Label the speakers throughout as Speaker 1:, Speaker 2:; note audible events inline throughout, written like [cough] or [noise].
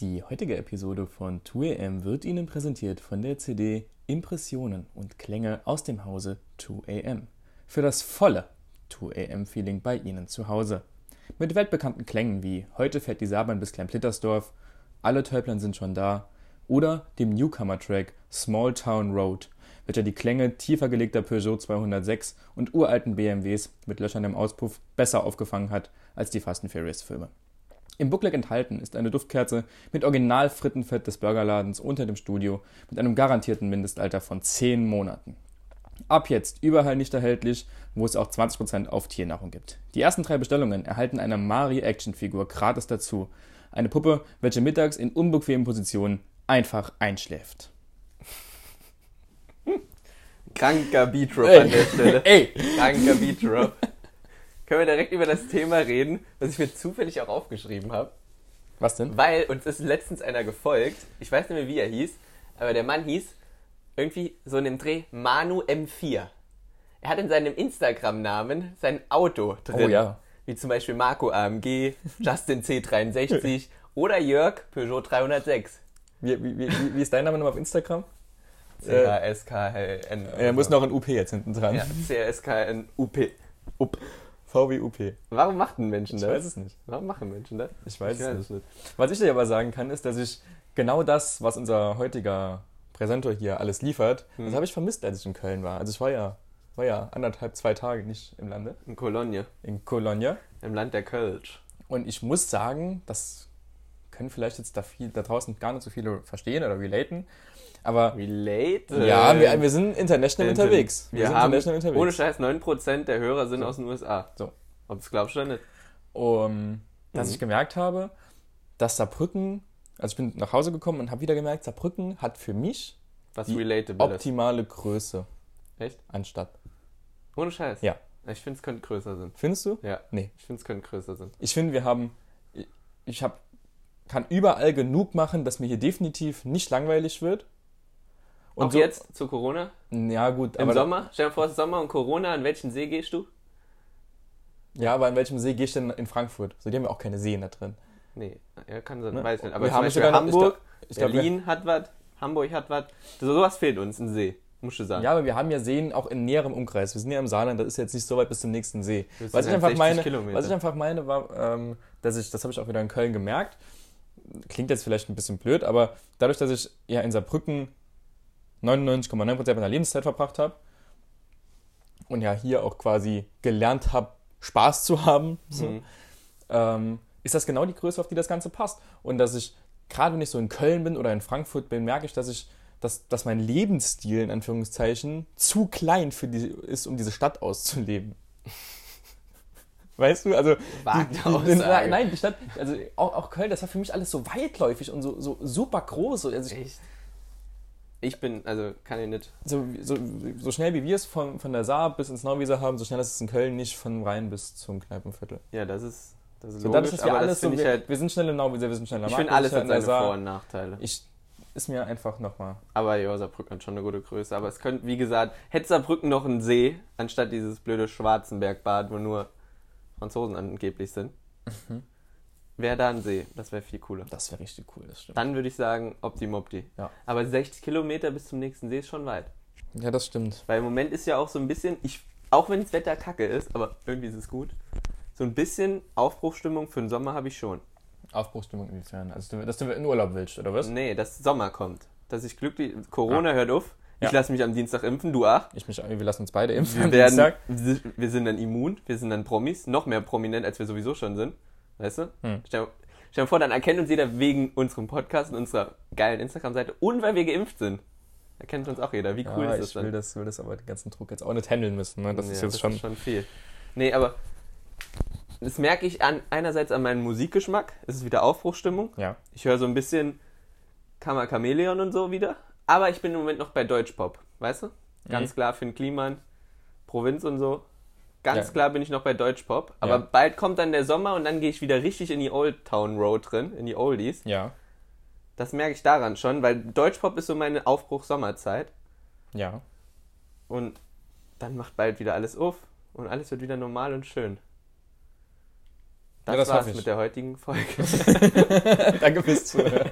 Speaker 1: Die heutige Episode von 2AM wird Ihnen präsentiert von der CD Impressionen und Klänge aus dem Hause 2AM. Für das volle 2AM-Feeling bei Ihnen zu Hause. Mit weltbekannten Klängen wie Heute fährt die Saarbahn bis Klein-Plittersdorf, Alle Tölplern sind schon da oder dem Newcomer-Track Small Town Road, welcher die Klänge tiefer gelegter Peugeot 206 und uralten BMWs mit Löchern im Auspuff besser aufgefangen hat als die Fast and Furious-Filme. Im Booklet enthalten ist eine Duftkerze mit Original-Frittenfett des Burgerladens unter dem Studio mit einem garantierten Mindestalter von 10 Monaten. Ab jetzt überall nicht erhältlich, wo es auch 20% auf Tiernahrung gibt. Die ersten drei Bestellungen erhalten eine Mari-Action-Figur gratis dazu. Eine Puppe, welche mittags in unbequemen Positionen einfach einschläft.
Speaker 2: Kranker Beatrop
Speaker 1: Ey.
Speaker 2: an der Stelle.
Speaker 1: Ey!
Speaker 2: Kranker Beatrop. Können wir direkt über das Thema reden, was ich mir zufällig auch aufgeschrieben habe,
Speaker 1: Was denn?
Speaker 2: weil uns ist letztens einer gefolgt. Ich weiß nicht mehr, wie er hieß, aber der Mann hieß irgendwie so in dem Dreh Manu M4. Er hat in seinem Instagram-Namen sein Auto drin.
Speaker 1: Oh ja.
Speaker 2: Wie zum Beispiel Marco AMG,
Speaker 1: [laughs]
Speaker 2: Justin C63 oder Jörg Peugeot 306.
Speaker 1: Wie, wie, wie, wie ist dein Name nochmal auf Instagram?
Speaker 2: CRSKLN.
Speaker 1: Er muss noch ein UP jetzt hinten dran.
Speaker 2: Ja, CRSKLN UP.
Speaker 1: Up. VWUP. Ich
Speaker 2: Warum machen Menschen das?
Speaker 1: weiß es nicht.
Speaker 2: Warum machen Menschen das?
Speaker 1: Ich weiß es nicht. Was ich dir aber sagen kann, ist, dass ich genau das, was unser heutiger Präsentor hier alles liefert,
Speaker 2: Hm.
Speaker 1: das habe ich vermisst, als ich in Köln war. Also ich war ja, war ja anderthalb, zwei Tage nicht im Lande,
Speaker 2: In Cologne,
Speaker 1: in Cologne.
Speaker 2: im Land der Kölsch.
Speaker 1: Und ich muss sagen, das können vielleicht jetzt da, viel, da draußen gar nicht so viele verstehen oder relaten, aber
Speaker 2: Relate?
Speaker 1: ja, wir, wir sind international
Speaker 2: Inter-
Speaker 1: unterwegs.
Speaker 2: Äh, Wir,
Speaker 1: sind
Speaker 2: haben,
Speaker 1: international
Speaker 2: ohne Scheiß, 9% der Hörer sind aus den USA.
Speaker 1: So.
Speaker 2: Ob es glaubst du oder nicht?
Speaker 1: um, dass
Speaker 2: Mhm.
Speaker 1: ich gemerkt habe, dass Saarbrücken, also ich bin nach Hause gekommen und habe wieder gemerkt, Saarbrücken hat für mich
Speaker 2: Was
Speaker 1: Die
Speaker 2: relatable ist.
Speaker 1: optimale Größe
Speaker 2: Echt?
Speaker 1: an Stadt.
Speaker 2: Ohne Scheiß.
Speaker 1: Ja.
Speaker 2: Ich finde, es könnte größer sein.
Speaker 1: Findest du?
Speaker 2: Ja.
Speaker 1: Nee.
Speaker 2: Ich finde, es könnte größer sein.
Speaker 1: Ich finde, wir haben, ich- ich hab, kann überall genug machen, dass mir hier definitiv nicht langweilig wird. Und
Speaker 2: Auch
Speaker 1: so- Hm,
Speaker 2: jetzt zu Corona?
Speaker 1: Ja, gut.
Speaker 2: Im
Speaker 1: aber
Speaker 2: Sommer? Stell dir vor, es ist Sommer und Corona. An welchen See gehst du?
Speaker 1: Ja, aber an welchem See gehst du denn in Frankfurt? So, die haben ja auch keine Seen da drin.
Speaker 2: Nee, ja, kann sein.
Speaker 1: Ne?
Speaker 2: Weiß ich nicht. Aber
Speaker 1: Wir
Speaker 2: zum
Speaker 1: haben
Speaker 2: Beispiel
Speaker 1: sogar noch- ich
Speaker 2: Hamburg,
Speaker 1: ich glaub, wir-
Speaker 2: Berlin hat was, Hamburg hat was. So, sowas fehlt uns, ein See. Musst du sagen.
Speaker 1: Ja, aber wir haben ja Seen auch in näherem Umkreis. Wir sind ja im Saarland, das ist jetzt nicht so weit bis zum nächsten See.
Speaker 2: Das
Speaker 1: Was
Speaker 2: sind
Speaker 1: ich,
Speaker 2: halt
Speaker 1: einfach
Speaker 2: 60
Speaker 1: meine,
Speaker 2: Kilometer.
Speaker 1: was ich einfach meine, war, ähm, dass ich, das habe ich auch wieder in Köln gemerkt. Klingt jetzt vielleicht ein bisschen blöd, aber dadurch, dass ich ja in Saarbrücken 99,9% meiner Lebenszeit verbracht habe und ja hier auch quasi gelernt habe, Spaß zu haben, so,
Speaker 2: Mhm.
Speaker 1: ähm, ist das genau die Größe, auf die das Ganze passt. Und dass ich, gerade wenn ich so in Köln bin oder in Frankfurt bin, merke ich, dass ich, dass, dass mein Lebensstil in Anführungszeichen zu klein für die ist, um diese Stadt auszuleben. Weißt du, also
Speaker 2: Wagt
Speaker 1: die, die,
Speaker 2: Aussage.
Speaker 1: [laughs] nein, die Stadt, also auch, auch Köln, das war für mich alles so weitläufig und so, so super groß. Also ich,
Speaker 2: Echt? Ich bin, also kann ich nicht.
Speaker 1: so, so, so schnell wie wir es von, von der Saar bis ins Nauwieser haben, so schnell ist es in Köln nicht von Rhein bis zum Kneipenviertel.
Speaker 2: Ja, das ist, das ist
Speaker 1: So,
Speaker 2: logisch,
Speaker 1: dadurch, dass wir
Speaker 2: aber
Speaker 1: alles
Speaker 2: das
Speaker 1: so,
Speaker 2: finde
Speaker 1: wir,
Speaker 2: ich halt,
Speaker 1: wir sind schnell im Nauwieser, wir sind schnell am
Speaker 2: ich
Speaker 1: Markt,
Speaker 2: finde
Speaker 1: wir
Speaker 2: alles
Speaker 1: sind
Speaker 2: hat
Speaker 1: schnell in
Speaker 2: seine
Speaker 1: der
Speaker 2: Vor-
Speaker 1: Saar.
Speaker 2: und Nachteile.
Speaker 1: Ich ist mir einfach nochmal.
Speaker 2: Aber ja, Saarbrücken hat schon eine gute Größe. Aber es könnte, wie gesagt, hätte Saarbrücken noch einen See, anstatt dieses blöde Schwarzenbergbad, wo nur Franzosen angeblich sind,
Speaker 1: Mhm.
Speaker 2: wäre da ein See. Das wäre viel cooler.
Speaker 1: Das wäre richtig cool, das stimmt.
Speaker 2: Dann würde ich sagen, optimopti.
Speaker 1: Ja.
Speaker 2: Aber 60 Kilometer bis zum nächsten See ist schon weit.
Speaker 1: Ja, das stimmt.
Speaker 2: Weil im Moment ist ja auch so ein bisschen, ich, auch wenn das Wetter kacke ist, aber irgendwie ist es gut, so ein bisschen Aufbruchstimmung für den Sommer habe ich schon.
Speaker 1: Aufbruchstimmung inwiefern? Also, du- dass du in Urlaub willst, oder was?
Speaker 2: Nee, dass Sommer kommt. Dass ich glücklich. Corona hört auf. Ich
Speaker 1: Ah. Ja.
Speaker 2: lasse mich am Dienstag impfen, du ach.
Speaker 1: Ich mich, wir lassen uns beide impfen.
Speaker 2: Wir,
Speaker 1: am
Speaker 2: werden,
Speaker 1: Dienstag.
Speaker 2: wir sind dann immun, wir sind dann Promis, noch mehr prominent, als wir sowieso schon sind. Weißt du?
Speaker 1: Hm.
Speaker 2: Stell, stell dir vor, dann erkennt uns jeder wegen unserem Podcast und unserer geilen Instagram-Seite und weil wir geimpft sind. Erkennt uns auch jeder. Wie cool
Speaker 1: ja,
Speaker 2: ist das
Speaker 1: ich will
Speaker 2: dann?
Speaker 1: das, will das aber den ganzen Druck jetzt auch nicht handeln müssen. Ne? Das ist
Speaker 2: Ja,
Speaker 1: jetzt schon.
Speaker 2: ist schon viel. Nee, aber das merke ich an, einerseits an meinem Musikgeschmack. Es ist wieder Aufbruchstimmung.
Speaker 1: Ja.
Speaker 2: Ich höre so ein bisschen Kammer Chameleon und so wieder. Aber ich bin im Moment noch bei Deutschpop, weißt du?
Speaker 1: Mhm.
Speaker 2: Ganz klar Finn Kliman, Provinz und so. Ganz
Speaker 1: Ja.
Speaker 2: klar bin ich noch bei Deutschpop. Aber
Speaker 1: Ja.
Speaker 2: bald kommt dann der Sommer und dann gehe ich wieder richtig in die Old Town Road drin, in die Oldies.
Speaker 1: Ja.
Speaker 2: Das merke ich daran schon, weil Deutschpop ist so meine Aufbruch-Sommerzeit.
Speaker 1: Ja.
Speaker 2: Und dann macht bald wieder alles auf und alles wird wieder normal und schön. Das,
Speaker 1: Ja, das
Speaker 2: war's
Speaker 1: hoffe ich.
Speaker 2: mit der heutigen Folge. [laughs]
Speaker 1: [laughs] Danke fürs Zuhören.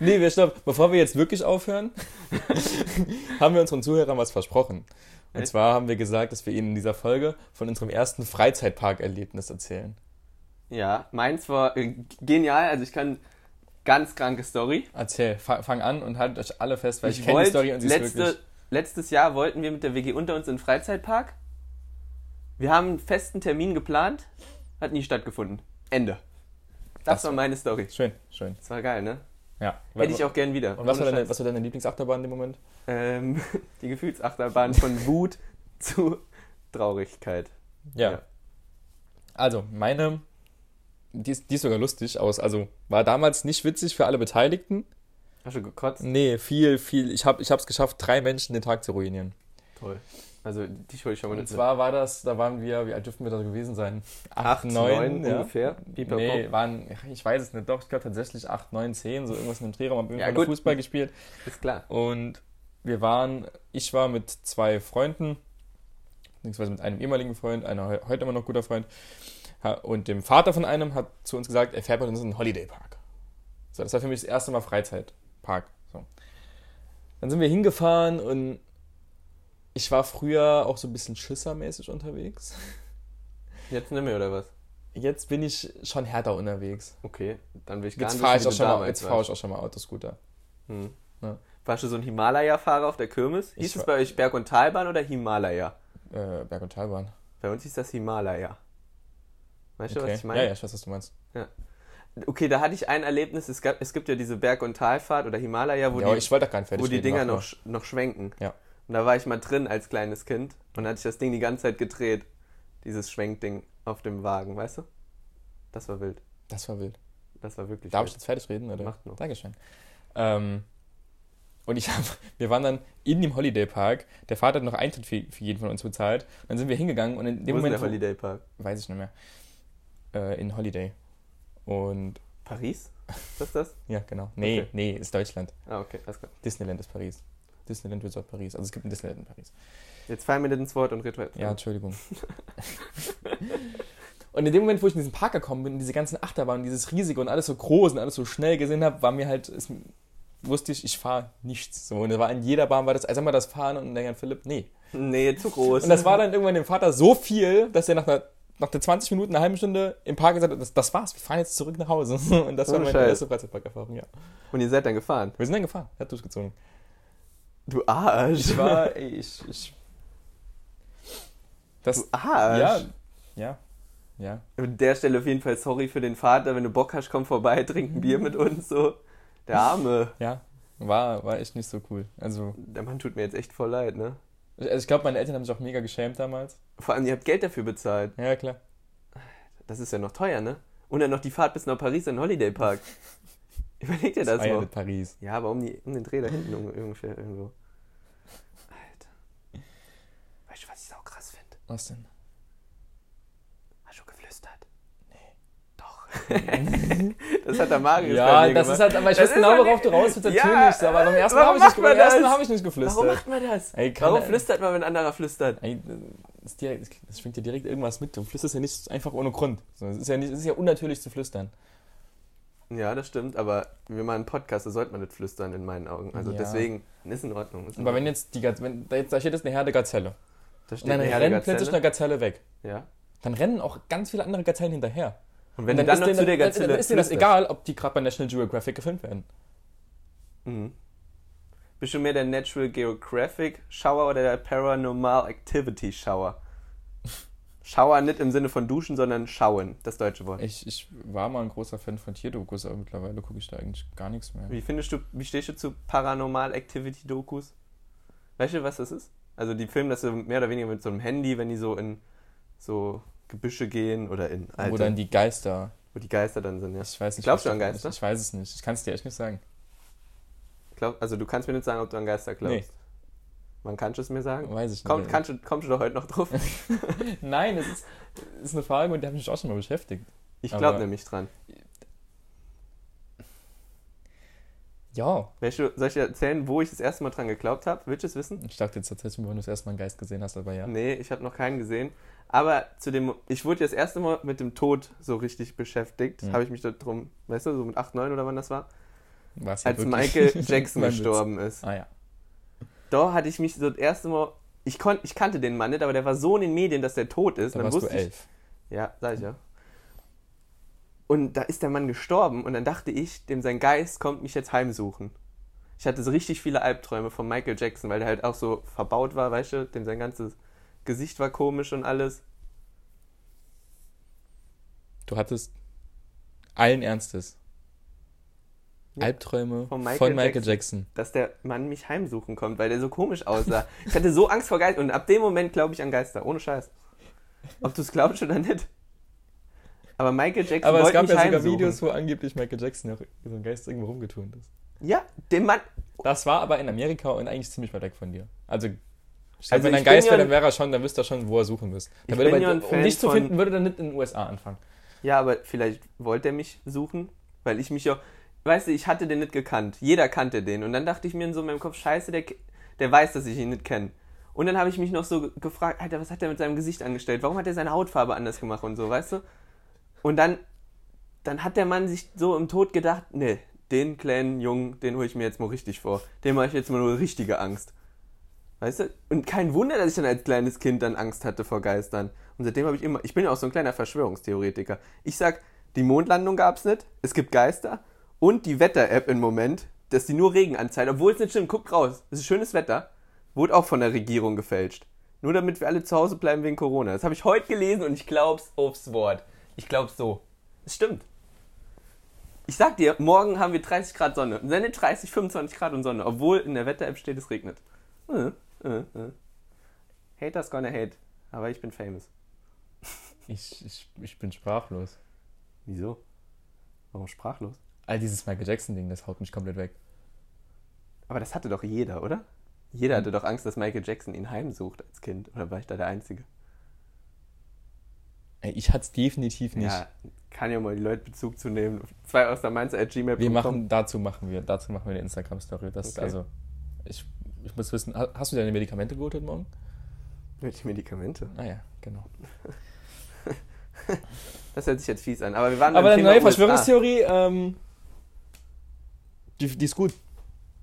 Speaker 1: Nee, wir stopp. Bevor wir jetzt wirklich aufhören, [laughs] haben wir unseren Zuhörern was versprochen. Und
Speaker 2: Echt?
Speaker 1: zwar haben wir gesagt, dass wir ihnen in dieser Folge von unserem ersten Freizeitparkerlebnis erzählen.
Speaker 2: ja, meins war äh, genial. Also ich kann ganz kranke Story.
Speaker 1: Erzähl, fa fang an und haltet euch alle fest, weil ich,
Speaker 2: Ich
Speaker 1: kenne die
Speaker 2: wollte
Speaker 1: Story und sie ist wirklich.
Speaker 2: letzte, letztes Jahr wollten wir mit der WG unter uns in den Freizeitpark. Wir haben einen festen Termin geplant, hat nie stattgefunden. Ende. Das,
Speaker 1: Das-
Speaker 2: war meine Story.
Speaker 1: Schön, schön.
Speaker 2: Das war geil, ne?
Speaker 1: Ja.
Speaker 2: Hätte ich auch gern wieder.
Speaker 1: und was war,
Speaker 2: Ohne
Speaker 1: deine,
Speaker 2: Scheiß.
Speaker 1: was war deine Lieblingsachterbahn in dem Moment?
Speaker 2: ähm, [laughs] Die Gefühlsachterbahn von Wut zu Traurigkeit.
Speaker 1: Ja.
Speaker 2: Ja.
Speaker 1: Also, meine, die ist, die ist sogar lustig aus. Also, war damals nicht witzig für alle Beteiligten.
Speaker 2: Hast du gekotzt?
Speaker 1: Nee, viel, viel. Ich habe es geschafft, drei Menschen den Tag zu ruinieren.
Speaker 2: Toll. Also die schuld ich schon mal
Speaker 1: Und
Speaker 2: nicht.
Speaker 1: zwar war das, da waren wir, wie alt dürften wir da gewesen sein?
Speaker 2: Acht, neun
Speaker 1: ja.
Speaker 2: ungefähr. Pipapo.
Speaker 1: Nee, waren, ich weiß es nicht, doch, ich glaube tatsächlich 8, 9, 10, so irgendwas in dem Dreh, haben wir
Speaker 2: Ja,
Speaker 1: irgendwann
Speaker 2: gut.
Speaker 1: Fußball gespielt.
Speaker 2: Ist klar.
Speaker 1: Und wir waren, ich war mit zwei Freunden, beziehungsweise mit einem ehemaligen Freund, einer heu- heute immer noch guter Freund, ha- und dem Vater von einem hat zu uns gesagt, er fährt mit uns in den Holiday Park. So, das war für mich das erste Mal Freizeitpark. So. Dann sind wir hingefahren und ich war früher auch so ein bisschen schissermäßig unterwegs.
Speaker 2: Jetzt nimm mir oder was?
Speaker 1: Jetzt bin ich schon härter unterwegs.
Speaker 2: Okay, dann will ich gar
Speaker 1: Jetzt
Speaker 2: nicht
Speaker 1: fahre ich,
Speaker 2: wissen,
Speaker 1: auch
Speaker 2: wie du
Speaker 1: schon mal-
Speaker 2: damals
Speaker 1: jetzt fahr
Speaker 2: warst.
Speaker 1: ich auch schon mal Autoscooter.
Speaker 2: Hm.
Speaker 1: Ja.
Speaker 2: Warst du so ein Himalaya-Fahrer auf der Kirmes? Hieß
Speaker 1: Ich
Speaker 2: es
Speaker 1: war-
Speaker 2: bei euch Berg- und Talbahn oder Himalaya?
Speaker 1: Äh, Berg- und Talbahn.
Speaker 2: Bei uns hieß das Himalaya. Weißt du,
Speaker 1: Okay.
Speaker 2: was ich meine?
Speaker 1: Ja, ja, ich weiß, was du meinst.
Speaker 2: Okay, da hatte ich ein Erlebnis. Es, gab, es gibt ja diese Berg- und Talfahrt oder Himalaya, wo
Speaker 1: ja, aber
Speaker 2: die
Speaker 1: ich wollte doch keinen fertig
Speaker 2: wo die
Speaker 1: reden,
Speaker 2: Dinger
Speaker 1: mach mal.
Speaker 2: noch, sch- noch schwenken.
Speaker 1: Ja.
Speaker 2: Und da war ich mal drin als kleines Kind und hatte ich das Ding die ganze Zeit gedreht. Dieses Schwenkding auf dem Wagen, weißt du? Das war wild.
Speaker 1: Das war wild.
Speaker 2: Das war wirklich
Speaker 1: Darf ich
Speaker 2: wild.
Speaker 1: jetzt fertig reden? Oder?
Speaker 2: Macht noch.
Speaker 1: Dankeschön. Ähm, und ich hab, [laughs] wir waren dann in dem Holiday Park. Der Vater hat noch Eintritt für, für jeden von uns bezahlt. Und dann sind wir hingegangen und in dem
Speaker 2: Wo ist denn
Speaker 1: Moment.
Speaker 2: der Holiday Park?
Speaker 1: Weiß ich nicht mehr. Äh, in Holiday. Und
Speaker 2: Paris? Ist das das?
Speaker 1: ja, genau. Nee,
Speaker 2: Okay.
Speaker 1: nee, ist Deutschland.
Speaker 2: Ah, okay, alles klar.
Speaker 1: Disneyland ist Paris. Disneyland Resort Paris. Also es gibt ein Disneyland in Paris.
Speaker 2: Jetzt fallen mir das ins Wort und red weiter.
Speaker 1: Ja, Entschuldigung. [laughs] und in dem Moment, wo ich in diesen Park gekommen bin, und diese ganzen Achterbahnen, dieses riesige und alles so groß und alles so schnell gesehen habe, war mir halt, es, wusste ich, ich fahre nichts. So, und da war in jeder Bahn war das, also mal das Fahren und dann Philipp, nee.
Speaker 2: Nee, zu groß.
Speaker 1: Und das war dann irgendwann dem Vater so viel, dass er nach einer nach der 20 Minuten, einer halben Stunde im Park gesagt hat, das, das war's, wir fahren jetzt zurück nach Hause. [laughs] Und das war
Speaker 2: Ohne
Speaker 1: meine
Speaker 2: Scheiß.
Speaker 1: erste Freizeitparkerfahrung, ja.
Speaker 2: und ihr seid dann gefahren.
Speaker 1: Wir sind dann gefahren, er hat durchgezogen.
Speaker 2: Du Arsch.
Speaker 1: Ich war, ey, ich, ich. äh,
Speaker 2: Du
Speaker 1: Das,
Speaker 2: Arsch.
Speaker 1: ja, ja, ja.
Speaker 2: An der Stelle auf jeden Fall sorry für den Vater. Wenn du Bock hast, komm vorbei, trink ein Bier mit uns. So. Der Arme.
Speaker 1: Ja, war, war echt nicht so cool. Also,
Speaker 2: Der Mann tut mir jetzt echt voll leid, ne?
Speaker 1: also ich glaube, meine Eltern haben sich auch mega geschämt damals.
Speaker 2: Vor allem, ihr habt Geld dafür bezahlt.
Speaker 1: Ja, klar.
Speaker 2: Das ist ja noch teuer, ne? Und dann noch die Fahrt bis nach Paris in den
Speaker 1: [laughs]
Speaker 2: Holiday Park. Überleg dir das
Speaker 1: war Ah, ja
Speaker 2: mal.
Speaker 1: mit Paris.
Speaker 2: Ja, aber um, die, um den Dreh da hinten um- ungefähr irgendwo. Alter. Weißt du, was ich sau krass finde?
Speaker 1: Was denn?
Speaker 2: Hast du geflüstert? Nee.
Speaker 1: [laughs]
Speaker 2: Doch. das hat der Marius bei
Speaker 1: Ja,
Speaker 2: mir
Speaker 1: das
Speaker 2: gemacht.
Speaker 1: ist halt, aber ich
Speaker 2: Das
Speaker 1: weiß
Speaker 2: ist
Speaker 1: genau,
Speaker 2: halt-
Speaker 1: worauf du raus willst, natürlich.
Speaker 2: Ja,
Speaker 1: aber beim ersten Mal habe
Speaker 2: warum
Speaker 1: ich, nicht
Speaker 2: macht man
Speaker 1: beim ersten Mal
Speaker 2: das?
Speaker 1: hab ich nicht
Speaker 2: Warum
Speaker 1: geflüstert.
Speaker 2: macht man das?
Speaker 1: Ey, keine
Speaker 2: Warum
Speaker 1: Ahnung.
Speaker 2: flüstert man, wenn ein anderer flüstert?
Speaker 1: Ey, das, dir- das schwingt dir direkt irgendwas mit. Du flüsterst ja nicht einfach ohne Grund. So, es, ist ja nicht, es ist ja unnatürlich zu flüstern.
Speaker 2: Ja, das stimmt, aber wir machen einen Podcast, da sollte man nicht flüstern in meinen Augen. Also
Speaker 1: Ja.
Speaker 2: deswegen, ist in Ordnung. Ist in
Speaker 1: Aber wenn
Speaker 2: Ordnung.
Speaker 1: jetzt die Gaz wenn, da, jetzt, da steht jetzt eine Herde Gazelle.
Speaker 2: da steht
Speaker 1: Und dann
Speaker 2: eine
Speaker 1: rennen
Speaker 2: Gazelle.
Speaker 1: plötzlich eine Gazelle weg.
Speaker 2: Ja.
Speaker 1: Dann rennen auch ganz viele andere Gazellen hinterher.
Speaker 2: Und wenn du dann noch
Speaker 1: denen-
Speaker 2: zu der Gazelle
Speaker 1: dann, dann ist dir das
Speaker 2: flüsterst.
Speaker 1: egal, ob die gerade bei National Geographic gefilmt werden.
Speaker 2: Mhm. Bist du mehr der Natural Geographic Shower oder der Paranormal Activity Shower? Shower nicht im Sinne von duschen, sondern schauen, das deutsche Wort.
Speaker 1: Ich, ich war mal ein großer Fan von Tierdokus, aber mittlerweile gucke ich da eigentlich gar nichts mehr.
Speaker 2: Wie findest du, wie stehst du zu Paranormal Activity Dokus? Weißt du, was das ist? Also die filmen das so mehr oder weniger mit so einem Handy, wenn die so in so Gebüsche gehen oder in alte,
Speaker 1: Wo dann die Geister.
Speaker 2: wo die Geister dann sind, ja.
Speaker 1: Ich weiß nicht.
Speaker 2: Glaubst
Speaker 1: was
Speaker 2: du an
Speaker 1: das
Speaker 2: Geister?
Speaker 1: ist. Ich weiß es nicht. Ich kann es dir echt nicht sagen.
Speaker 2: Glaub, also du kannst mir nicht sagen, ob du an Geister glaubst. Man kann es mir sagen.
Speaker 1: Weiß ich nicht.
Speaker 2: Komm, kannst du, kommst du doch heute
Speaker 1: [laughs]
Speaker 2: noch drauf?
Speaker 1: Nein, es ist, es ist eine Frage, mit der habe ich mich auch schon mal beschäftigt.
Speaker 2: Ich glaube
Speaker 1: Aber-
Speaker 2: nämlich dran.
Speaker 1: Ja.
Speaker 2: Weißt du, soll ich dir erzählen, wo ich das erste Mal dran geglaubt habe? Willst du es wissen?
Speaker 1: Ich dachte jetzt tatsächlich, wenn du das erste Mal einen Geist gesehen hast, aber ja.
Speaker 2: Nee, ich habe noch keinen gesehen. Aber zu dem, ich wurde ja das erste Mal mit dem Tod so richtig beschäftigt.
Speaker 1: Mhm.
Speaker 2: Habe ich mich da drum, weißt du, so mit 8, 9 oder wann das war?
Speaker 1: War's ja
Speaker 2: Als
Speaker 1: wirklich-
Speaker 2: Michael
Speaker 1: [laughs]
Speaker 2: Jackson
Speaker 1: Mein Witz.
Speaker 2: gestorben ist.
Speaker 1: Ah ja.
Speaker 2: Da hatte ich mich so das erste Mal. Ich, kon, ich kannte den Mann nicht, aber der war so in den Medien, dass der tot ist.
Speaker 1: Da
Speaker 2: dann
Speaker 1: warst du
Speaker 2: wusste ich,
Speaker 1: elf.
Speaker 2: Ja, sag ich ja. Und da ist der Mann gestorben und dann dachte ich, dem sein Geist kommt mich jetzt heimsuchen. Ich hatte so richtig viele Albträume von Michael Jackson, weil der halt auch so verbaut war, weißt du, dem sein ganzes Gesicht war komisch und alles.
Speaker 1: Du hattest allen Ernstes
Speaker 2: Ja.
Speaker 1: Albträume von
Speaker 2: Von
Speaker 1: Michael,
Speaker 2: Michael
Speaker 1: Jackson.
Speaker 2: Dass der Mann mich heimsuchen kommt, weil der so komisch aussah. Ich hatte so Angst vor Geistern und ab dem Moment glaube ich an Geister, ohne Scheiß. Ob du es glaubst oder nicht. Aber Michael Jackson
Speaker 1: Aber es
Speaker 2: wollte
Speaker 1: gab
Speaker 2: mich
Speaker 1: ja sogar
Speaker 2: heimsuchen.
Speaker 1: Videos, wo angeblich Michael Jackson auch so ein Geist irgendwo rumgeturnt ist.
Speaker 2: Ja, dem Mann,
Speaker 1: Das war aber in Amerika und eigentlich ziemlich weit weg von dir. Also,
Speaker 2: Also
Speaker 1: wenn
Speaker 2: ich
Speaker 1: ein
Speaker 2: bin
Speaker 1: Geist
Speaker 2: ja
Speaker 1: wäre, dann
Speaker 2: ein-
Speaker 1: wäre er schon, dann wüsste er schon, wo er suchen müsst. Dann
Speaker 2: Ich
Speaker 1: würde
Speaker 2: bin
Speaker 1: bei-
Speaker 2: ja ein
Speaker 1: um
Speaker 2: Fan
Speaker 1: dich zu
Speaker 2: von-
Speaker 1: finden, würde er nicht in den USA anfangen.
Speaker 2: Ja, aber vielleicht wollte er mich suchen, weil ich mich ja, weißt du, ich hatte den nicht gekannt. Jeder kannte den. Und dann dachte ich mir in so meinem Kopf, scheiße, der, ke- der weiß, dass ich ihn nicht kenne. Und dann habe ich mich noch so ge- gefragt, Alter, was hat er mit seinem Gesicht angestellt? Warum hat er seine Hautfarbe anders gemacht und so, weißt du? Und dann, dann hat der Mann sich so im Tod gedacht, nee, den kleinen Jungen, den hole ich mir jetzt mal richtig vor. Dem mache ich jetzt mal nur richtige Angst. Weißt du? Und kein Wunder, dass ich dann als kleines Kind dann Angst hatte vor Geistern. Und seitdem habe ich immer, ich bin ja auch so ein kleiner Verschwörungstheoretiker. Ich sag, die Mondlandung gab's nicht, es gibt Geister und die Wetter-App im Moment, dass die nur Regen anzeigt, obwohl es nicht stimmt. Guckt raus, es ist schönes Wetter, wurde auch von der Regierung gefälscht. Nur damit wir alle zu Hause bleiben wegen Corona. Das habe ich heute gelesen und ich glaub's aufs Wort. Ich glaub's so. Es stimmt. Ich sag dir, morgen haben wir 30 Grad Sonne. Und dann nicht 30, 25 Grad und Sonne, obwohl in der Wetter-App steht, es regnet. Äh, äh, äh. Haters gonna hate. Aber ich bin famous.
Speaker 1: Ich, ich, ich bin sprachlos.
Speaker 2: Wieso? Warum sprachlos?
Speaker 1: All dieses Michael Jackson-Ding, das haut mich komplett weg.
Speaker 2: Aber das hatte doch jeder, oder? Jeder hatte doch Angst, dass Michael Jackson ihn heimsucht als Kind. Oder war ich da der Einzige?
Speaker 1: Ey, Ich hatte es definitiv nicht.
Speaker 2: Ja, kann ja mal die Leute Bezug zu nehmen. Zwei aus der Mainzer at gmail.com.
Speaker 1: Wir machen, dazu machen wir, dazu machen wir eine Instagram-Story. Das ist
Speaker 2: Okay.
Speaker 1: also, ich, ich muss wissen, ha- hast du deine Medikamente geholt heute Morgen?
Speaker 2: Welche Medikamente?
Speaker 1: Ah ja, genau.
Speaker 2: Das hört sich jetzt fies an. Aber wir waren
Speaker 1: Aber eine
Speaker 2: beim Thema
Speaker 1: neue
Speaker 2: USA.
Speaker 1: Verschwörungstheorie, ähm, die, die ist gut.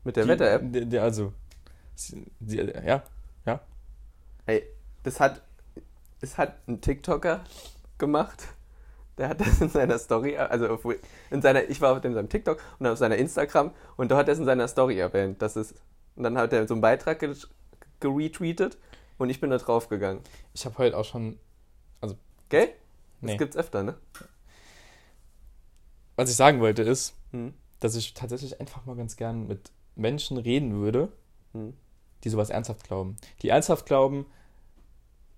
Speaker 2: Mit der
Speaker 1: Die-
Speaker 2: Wetter-App.
Speaker 1: die- die- Also, sie- die, ja,
Speaker 2: Ey, das hat, das hat ein TikToker gemacht. Der hat das in seiner Story, also auf, in seiner, ich war auf dem, seinem TikTok und auf seiner Instagram und da hat er es in seiner Story erwähnt. Das ist, und dann hat er so einen Beitrag ge- geretweetet und ich bin da drauf gegangen.
Speaker 1: ich habe heute auch schon,
Speaker 2: Gell?
Speaker 1: Nee.
Speaker 2: Das gibt's öfter, ne?
Speaker 1: was ich sagen wollte ist,
Speaker 2: Hm.
Speaker 1: dass ich tatsächlich einfach mal ganz gern mit Menschen reden würde,
Speaker 2: Hm.
Speaker 1: die sowas ernsthaft glauben. Die ernsthaft glauben,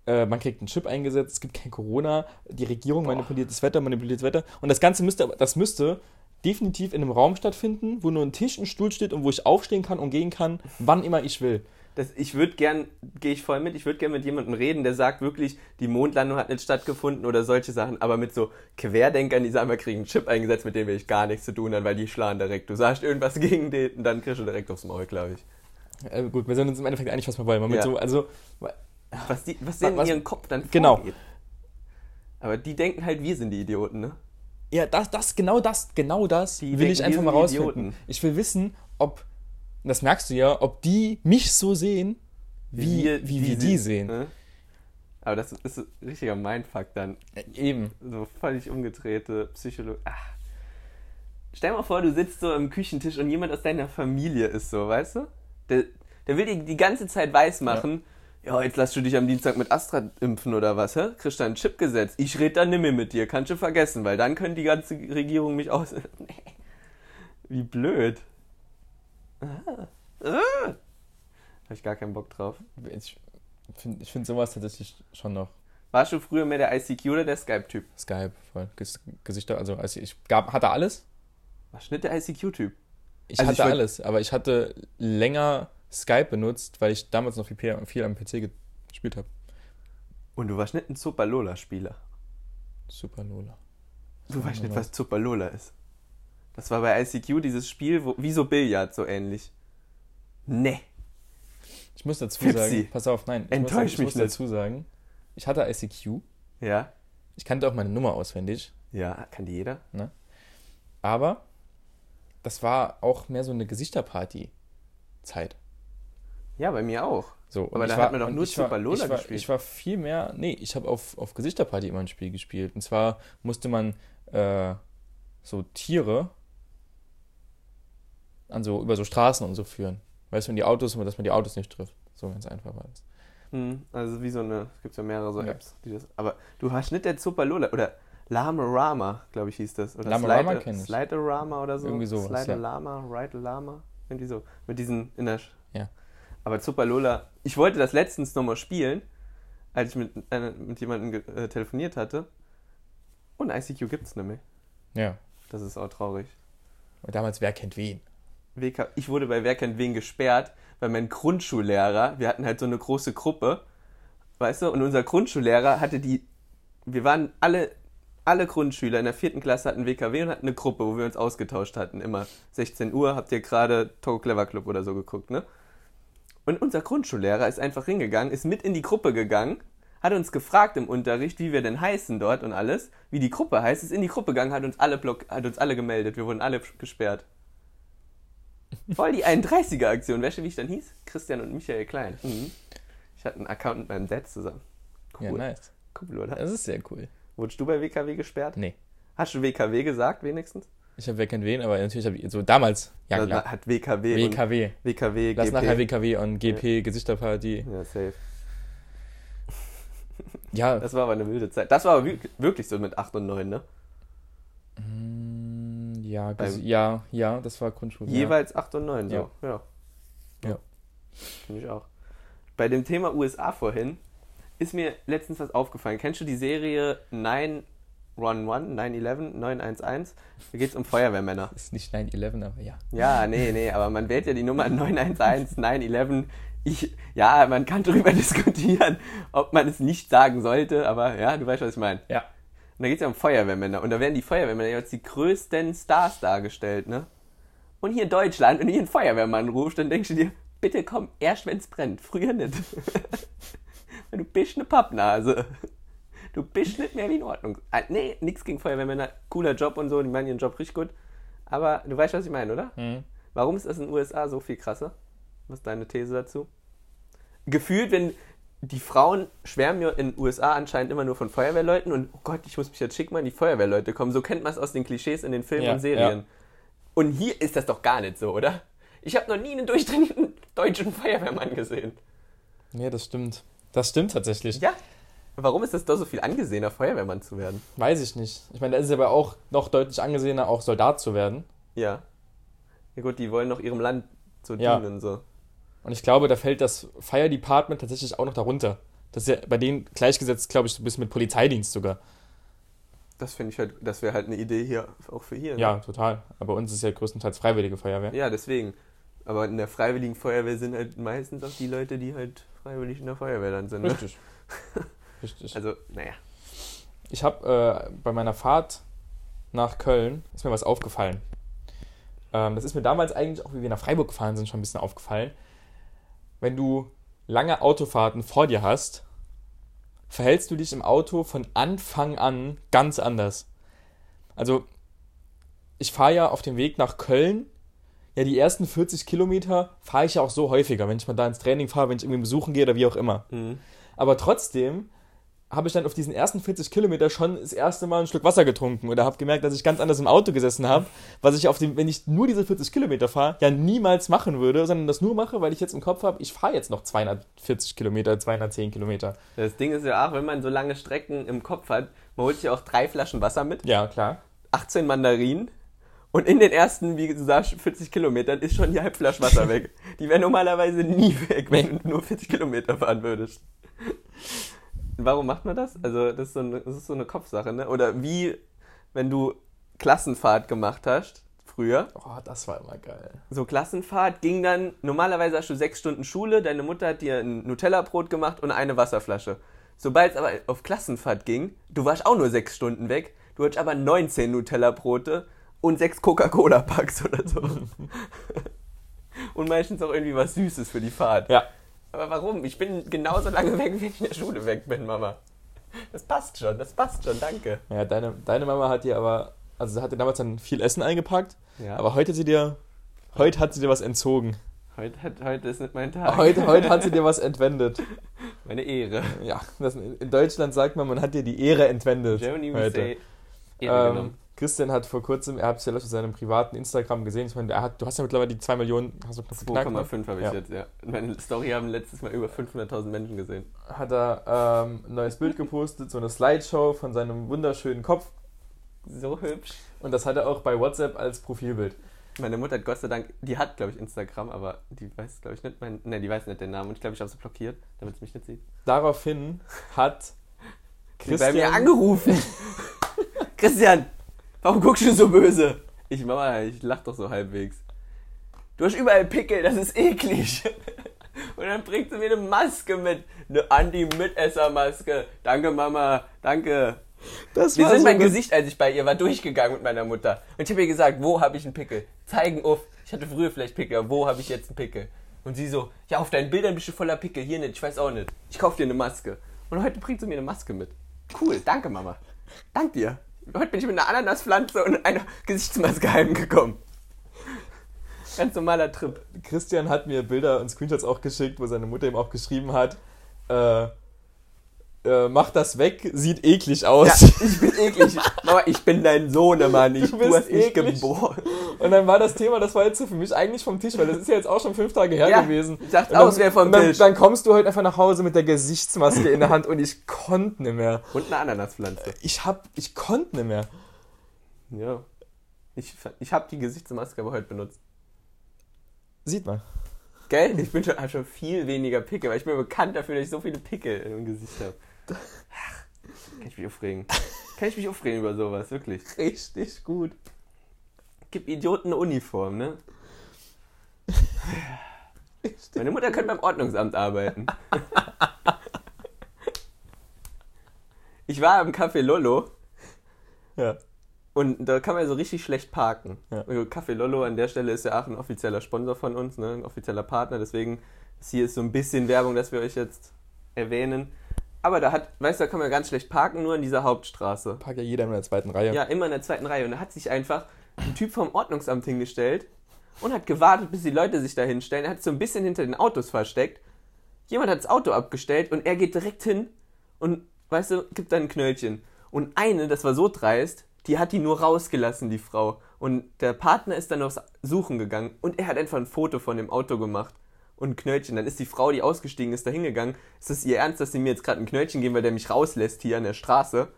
Speaker 1: äh, man kriegt einen Chip eingesetzt, es gibt kein Corona, die Regierung
Speaker 2: Boah.
Speaker 1: manipuliert das Wetter, manipuliert das Wetter. Und das Ganze müsste, aber- das müsste definitiv in einem Raum stattfinden, wo nur ein Tisch, ein Stuhl steht und wo ich aufstehen kann und gehen kann, wann immer ich will.
Speaker 2: Das, ich würde gern, gehe ich voll mit, ich würde gern mit jemandem reden, der sagt wirklich, die Mondlandung hat nicht stattgefunden oder solche Sachen, aber mit so Querdenkern, die sagen, wir kriegen einen Chip eingesetzt, mit dem will ich gar nichts zu tun haben, weil die schlagen direkt. Du sagst irgendwas gegen den und dann kriegst du direkt aufs Maul, glaube ich.
Speaker 1: Äh, gut, wir sind uns im Endeffekt einig, was wir wollen. Man Mit
Speaker 2: Ja.
Speaker 1: so, also,
Speaker 2: Was, die, was denen
Speaker 1: Was-
Speaker 2: in ihrem Kopf dann
Speaker 1: Genau.
Speaker 2: vorgeht. Aber die denken halt, wir sind die Idioten, ne?
Speaker 1: ja, das, das, genau das, genau das
Speaker 2: Die
Speaker 1: will
Speaker 2: denken,
Speaker 1: ich
Speaker 2: wir
Speaker 1: einfach
Speaker 2: sind
Speaker 1: mal
Speaker 2: die
Speaker 1: rausfinden.
Speaker 2: Idioten.
Speaker 1: Ich will wissen, ob, das merkst du ja, ob die mich so sehen, wie, wie, wie wir die sehen.
Speaker 2: ne? Aber das ist ein richtiger Mindfuck dann.
Speaker 1: Äh, Eben.
Speaker 2: so völlig umgedrehte Psychologie. Ach. Stell mal vor, du sitzt so am Küchentisch und jemand aus deiner Familie ist so, weißt du? Der, der will dir die ganze Zeit weismachen, ja. jetzt lass du dich am Dienstag mit Astra impfen oder was, hä? Kriegst du einen Chip gesetzt. Ich red da nimmer mit dir, kannst du vergessen, weil dann können die ganze Regierung mich aus... [laughs] Nee. Wie blöd. Ah. Ah. Habe ich gar keinen Bock drauf.
Speaker 1: Ich finde ich find sowas tatsächlich schon noch
Speaker 2: Warst du früher mehr der ICQ oder der Skype-Typ?
Speaker 1: Skype voll. Ges- Gesichter, also als ich gab, hatte alles.
Speaker 2: Warst du nicht der ICQ-Typ?
Speaker 1: Ich
Speaker 2: Also ich
Speaker 1: hatte
Speaker 2: wollt-
Speaker 1: alles, aber ich hatte länger Skype benutzt, weil ich damals noch viel, P- viel am PC gespielt habe.
Speaker 2: Und du warst nicht ein Super Lola-Spieler.
Speaker 1: Super Lola.
Speaker 2: Du weißt nicht, was Zupalola ist. Das war bei ICQ dieses Spiel, wo, wie so Billard, so ähnlich. Nee.
Speaker 1: Ich muss dazu
Speaker 2: Fipsi.
Speaker 1: sagen, pass auf, nein, ich
Speaker 2: Enttäusch
Speaker 1: muss, ich
Speaker 2: mich
Speaker 1: muss
Speaker 2: nicht.
Speaker 1: dazu sagen, ich hatte ICQ,
Speaker 2: Ja.
Speaker 1: ich kannte auch meine Nummer auswendig,
Speaker 2: Ja, kann die jeder?
Speaker 1: aber das war auch mehr so eine Gesichterparty-Zeit.
Speaker 2: Ja, bei mir auch.
Speaker 1: So, und
Speaker 2: Aber
Speaker 1: ich
Speaker 2: da hat
Speaker 1: war-
Speaker 2: man doch
Speaker 1: und
Speaker 2: nur
Speaker 1: ich war-
Speaker 2: Zupalola
Speaker 1: ich war,
Speaker 2: gespielt.
Speaker 1: Ich war viel mehr, nee, ich habe auf, auf Gesichterparty immer ein Spiel gespielt. Und zwar musste man äh, so Tiere an so, über so Straßen und so führen. Weißt du, und die Autos, dass man die Autos nicht trifft. So ganz einfach war das.
Speaker 2: Hm, also wie so eine, es gibt ja mehrere so
Speaker 1: Ja.
Speaker 2: Apps, die das. Aber du hast nicht der Zupalola oder Lamarama, glaube ich, hieß das. Oder
Speaker 1: Lamarama
Speaker 2: Slide-
Speaker 1: kenn ich.
Speaker 2: Sliderama oder so.
Speaker 1: Irgendwie sowas, ja.
Speaker 2: Sliderlama, Ridelama, irgendwie so. Mit diesen in der. Sch-
Speaker 1: Ja.
Speaker 2: Aber Zupalola, ich wollte das letztens nochmal spielen, als ich mit, einer- mit jemandem ge- äh, telefoniert hatte. Und ICQ gibt's nicht mehr.
Speaker 1: Ja.
Speaker 2: Das ist auch traurig.
Speaker 1: Und damals, wer kennt wen?
Speaker 2: WK, ich wurde bei Wer kennt wen gesperrt, weil mein Grundschullehrer, wir hatten halt so eine große Gruppe, weißt du, und unser Grundschullehrer hatte die, wir waren alle, alle Grundschüler in der vierten Klasse hatten WKW und hatten eine Gruppe, wo wir uns ausgetauscht hatten, immer 16 Uhr, habt ihr gerade Togo Clever Club oder so geguckt, ne? Und unser Grundschullehrer ist einfach hingegangen, ist mit in die Gruppe gegangen, hat uns gefragt im Unterricht, wie wir denn heißen dort und alles, wie die Gruppe heißt, ist in die Gruppe gegangen, hat uns alle, block, hat uns alle gemeldet, wir wurden alle gesperrt. Voll die 31er-Aktion. Weißt du, wie ich dann hieß? Christian und Michael Klein. Mhm. Ich hatte einen Account mit meinem Dad zusammen. Cool.
Speaker 1: Ja, ne? nice.
Speaker 2: Cool, oder?
Speaker 1: Das ist sehr cool.
Speaker 2: Wurdest du bei WKW gesperrt?
Speaker 1: Nee.
Speaker 2: Hast du WKW gesagt, wenigstens?
Speaker 1: Ich habe wer kennt wen, aber natürlich habe ich so damals, ja
Speaker 2: Na,
Speaker 1: klar,
Speaker 2: na, Hat WKW. und
Speaker 1: WKW.
Speaker 2: WKW,
Speaker 1: Lass
Speaker 2: GP.
Speaker 1: nachher WKW und GP, Gesichterparty.
Speaker 2: Ja, safe.
Speaker 1: Ja,
Speaker 2: Das war aber eine wilde Zeit. Das war aber wirk- wirklich so mit 8 und 9, ne?
Speaker 1: ja,
Speaker 2: Beim-
Speaker 1: ges- ja, ja, das war Grundschule. ja.
Speaker 2: Jeweils 8 und 9, so. Ja.
Speaker 1: Ja.
Speaker 2: ja.
Speaker 1: Ja.
Speaker 2: Finde ich auch. Bei dem Thema USA vorhin ist mir letztens was aufgefallen. Kennst du die Serie 911, 911, 911? Da geht es um Feuerwehrmänner.
Speaker 1: Ist nicht 9-11, aber ja.
Speaker 2: Ja, nee, nee, aber man wählt ja die Nummer 911, 911. Ich, ja, man kann darüber [laughs] diskutieren, ob man es nicht sagen sollte, aber ja, du weißt, was ich meine.
Speaker 1: Ja.
Speaker 2: Und da geht es ja um Feuerwehrmänner. Und da werden die Feuerwehrmänner jetzt die größten Stars dargestellt, ne? Und hier in Deutschland, wenn du hier einen Feuerwehrmann rufst, dann denkst du dir, bitte komm erst, wenn's brennt. Früher nicht. Weil [laughs] du bist eine Pappnase. Du bist nicht mehr wie in Ordnung. Ah, nee, nix gegen Feuerwehrmänner. Cooler Job und so, die machen ihren Job richtig gut. Aber du weißt, was ich meine, oder?
Speaker 1: Mhm.
Speaker 2: Warum ist das in den USA so viel krasser? Was ist deine These dazu? Gefühlt, wenn die Frauen schwärmen ja in den USA anscheinend immer nur von Feuerwehrleuten und oh Gott, ich muss mich jetzt schick machen, die Feuerwehrleute kommen. So kennt man es aus den Klischees in den Filmen
Speaker 1: Ja,
Speaker 2: und Serien. Und hier ist das doch gar nicht so, oder? Ich habe noch nie einen durchtrainierten [laughs] deutschen Feuerwehrmann gesehen.
Speaker 1: Nee, das stimmt. Das stimmt tatsächlich.
Speaker 2: Ja. Warum ist das doch so viel angesehener, Feuerwehrmann zu werden?
Speaker 1: Weiß ich nicht. Ich meine, da ist es aber auch noch deutlich angesehener, auch Soldat zu werden.
Speaker 2: Ja. Ja gut, die wollen noch ihrem Land so
Speaker 1: Ja.
Speaker 2: dienen und so.
Speaker 1: Und ich glaube, da fällt das Fire Department tatsächlich auch noch darunter. Das ist ja bei denen gleichgesetzt, glaube ich, so ein bisschen mit Polizeidienst sogar.
Speaker 2: Das finde ich halt, das wäre halt eine Idee hier, auch für hier. ne?
Speaker 1: Ja, total. Aber bei uns ist ja größtenteils freiwillige Feuerwehr.
Speaker 2: Ja, deswegen. Aber in der Freiwilligen Feuerwehr sind halt meistens auch die Leute, die halt freiwillig in der Feuerwehr dann sind. Ne? [laughs]
Speaker 1: Richtig. Richtig.
Speaker 2: Also, naja.
Speaker 1: Ich habe äh, bei meiner Fahrt nach Köln ist mir was aufgefallen. Ähm, das ist mir damals eigentlich auch, wie wir nach Freiburg gefahren sind, schon ein bisschen aufgefallen. Wenn du lange Autofahrten vor dir hast, verhältst du dich im Auto von Anfang an ganz anders. Also ich fahre ja auf dem Weg nach Köln. Ja, die ersten 40 Kilometer fahre ich ja auch so häufiger, wenn ich mal da ins Training fahre, wenn ich irgendwie besuchen gehe oder wie auch immer. Aber trotzdem habe ich dann auf diesen ersten 40 Kilometer schon das erste Mal ein Schluck Wasser getrunken oder habe gemerkt, dass ich ganz anders im Auto gesessen habe, was ich auf dem, wenn ich nur diese 40 Kilometer fahre, ja niemals machen würde, sondern das nur mache, weil ich jetzt im Kopf habe, ich fahre jetzt noch 240 Kilometer, 210 Kilometer.
Speaker 2: Das Ding ist ja auch, wenn man so lange Strecken im Kopf hat, man holt sich auch drei Flaschen Wasser mit,
Speaker 1: Ja, klar.
Speaker 2: 18 Mandarinen und in den ersten, wie gesagt, 40 Kilometern ist schon die Halbflasche Wasser weg. Die wäre normalerweise nie weg, wenn du nur 40 Kilometer fahren würdest. Warum macht man das? Also, das ist so eine, das ist so eine Kopfsache, ne? Oder wie, wenn du Klassenfahrt gemacht hast, früher,
Speaker 1: Oh, das war immer geil.
Speaker 2: so Klassenfahrt ging dann, normalerweise hast du sechs Stunden Schule, deine Mutter hat dir ein Nutella-Brot gemacht und eine Wasserflasche. Sobald es aber auf Klassenfahrt ging, du warst auch nur sechs Stunden weg, du hattest aber 19 Nutella-Brote und sechs Coca-Cola-Packs [laughs] oder so. und meistens auch irgendwie was Süßes für die Fahrt.
Speaker 1: Ja.
Speaker 2: Aber warum? Ich bin genauso lange weg, wie ich in der Schule weg bin, Mama. Das passt schon, das passt schon, danke.
Speaker 1: Ja, deine, deine Mama hat dir aber, also sie hat dir damals dann viel Essen eingepackt,
Speaker 2: Ja.
Speaker 1: aber heute hat sie dir, heute hat sie dir was entzogen.
Speaker 2: Heute, hat- heute ist nicht mein Tag.
Speaker 1: Heute, heute hat sie dir was entwendet.
Speaker 2: Meine Ehre.
Speaker 1: Ja, das, in Deutschland sagt man, man hat dir die Ehre entwendet.
Speaker 2: Germany we
Speaker 1: heute.
Speaker 2: say. Ehre
Speaker 1: Ähm,
Speaker 2: genommen.
Speaker 1: Christian hat vor kurzem, er hat es ja auf seinem privaten Instagram gesehen. Ich meine, er hat, du hast ja mittlerweile die 2 Millionen, hast du knapp geknackt, ne?
Speaker 2: 2,5 habe ich
Speaker 1: Ja.
Speaker 2: jetzt, ja. Und meine Story haben letztes Mal über 500.000 Menschen gesehen.
Speaker 1: Hat er ähm, ein neues Bild gepostet, so eine Slideshow von seinem wunderschönen Kopf.
Speaker 2: So hübsch.
Speaker 1: Und das hat er auch bei WhatsApp als Profilbild.
Speaker 2: Meine Mutter hat Gott sei Dank, die hat, glaube ich, Instagram, aber die weiß, glaube ich, nicht mein, nein, die weiß nicht den Namen. Und ich glaube, ich habe sie blockiert, damit sie mich nicht sieht.
Speaker 1: Daraufhin hat
Speaker 2: Die bei
Speaker 1: Christian.
Speaker 2: mir
Speaker 1: [laughs]
Speaker 2: angerufen. Christian, warum guckst du so böse? Ich, Mama, ich lach doch so halbwegs. Du hast überall Pickel, das ist eklig. [laughs] Und dann bringt sie mir eine Maske mit. Eine Anti-Mitesser-Maske. Danke, Mama. Danke.
Speaker 1: das
Speaker 2: Wir
Speaker 1: war
Speaker 2: sind
Speaker 1: so
Speaker 2: mein
Speaker 1: eine-
Speaker 2: Gesicht, als ich bei ihr war, durchgegangen mit meiner Mutter. Und ich habe ihr gesagt, wo habe ich einen Pickel? Zeigen auf. Ich hatte früher vielleicht Pickel, aber wo habe ich jetzt einen Pickel? Und sie so, ja, auf deinen Bildern bist du voller Pickel. Hier nicht, ich weiß auch nicht. Ich kaufe dir eine Maske. Und heute bringt sie mir eine Maske mit. Cool, danke Mama. Dank dir. Heute bin ich mit einer Ananaspflanze und einer Gesichtsmaske heimgekommen. Ganz normaler Trip.
Speaker 1: Christian hat mir Bilder und Screenshots auch geschickt, wo seine Mutter ihm auch geschrieben hat: äh, äh, Mach das weg, sieht eklig
Speaker 2: Ja,
Speaker 1: aus.
Speaker 2: ich bin eklig. Mama, ich bin dein Sohnemann. Ich,
Speaker 1: Du
Speaker 2: du,
Speaker 1: bist
Speaker 2: hast mich
Speaker 1: eklig.
Speaker 2: geboren.
Speaker 1: Und dann war das Thema, das war jetzt so für mich eigentlich vom Tisch, weil das ist ja jetzt auch schon fünf Tage her
Speaker 2: Ja,
Speaker 1: gewesen.
Speaker 2: ich
Speaker 1: Und
Speaker 2: dachte
Speaker 1: dann-
Speaker 2: auch, es wäre vom
Speaker 1: und dann,
Speaker 2: Tisch.
Speaker 1: Dann kommst du heute einfach nach Hause mit der Gesichtsmaske in der Hand und ich konnte nicht mehr.
Speaker 2: Und eine Ananaspflanze.
Speaker 1: Ich hab, ich konnte nicht mehr.
Speaker 2: Ja. Ich, ich habe die Gesichtsmaske aber heute benutzt.
Speaker 1: Sieht man.
Speaker 2: Gell? Ich bin schon, hab schon viel weniger Pickel, weil ich bin bekannt dafür, dass ich so viele Pickel im Gesicht habe. Kann ich mich aufregen. Kann ich mich aufregen über sowas, wirklich.
Speaker 1: Richtig gut.
Speaker 2: Gib Idioten eine Uniform, ne? Meine Mutter könnte beim Ordnungsamt arbeiten. Ich war im Café Lollo
Speaker 1: Ja.
Speaker 2: Und da kann man ja so richtig schlecht parken.
Speaker 1: Ja.
Speaker 2: Und Café Lollo an der Stelle ist ja auch ein offizieller Sponsor von uns, ne? ein offizieller Partner. Deswegen, das hier ist so ein bisschen Werbung, dass wir euch jetzt erwähnen. Aber da hat, weißt du, da kann man ganz schlecht parken, nur an dieser Hauptstraße.
Speaker 1: Packt ja jeder in der zweiten Reihe.
Speaker 2: Ja, immer in der zweiten Reihe. Und da hat sich einfach ein Typ vom Ordnungsamt hingestellt und hat gewartet, bis die Leute sich da hinstellen. Er hat sich so ein bisschen hinter den Autos versteckt. Jemand hat das Auto abgestellt und er geht direkt hin und, weißt du, gibt dann ein Knöllchen. Und eine, das war so dreist, die hat die nur rausgelassen, die Frau. Und der Partner ist dann aufs Suchen gegangen und er hat einfach ein Foto von dem Auto gemacht. Und ein Knöllchen. Dann ist die Frau, die ausgestiegen ist, da hingegangen. Ist das ihr Ernst, dass sie mir jetzt gerade ein Knöllchen geben, weil der mich rauslässt hier an der Straße?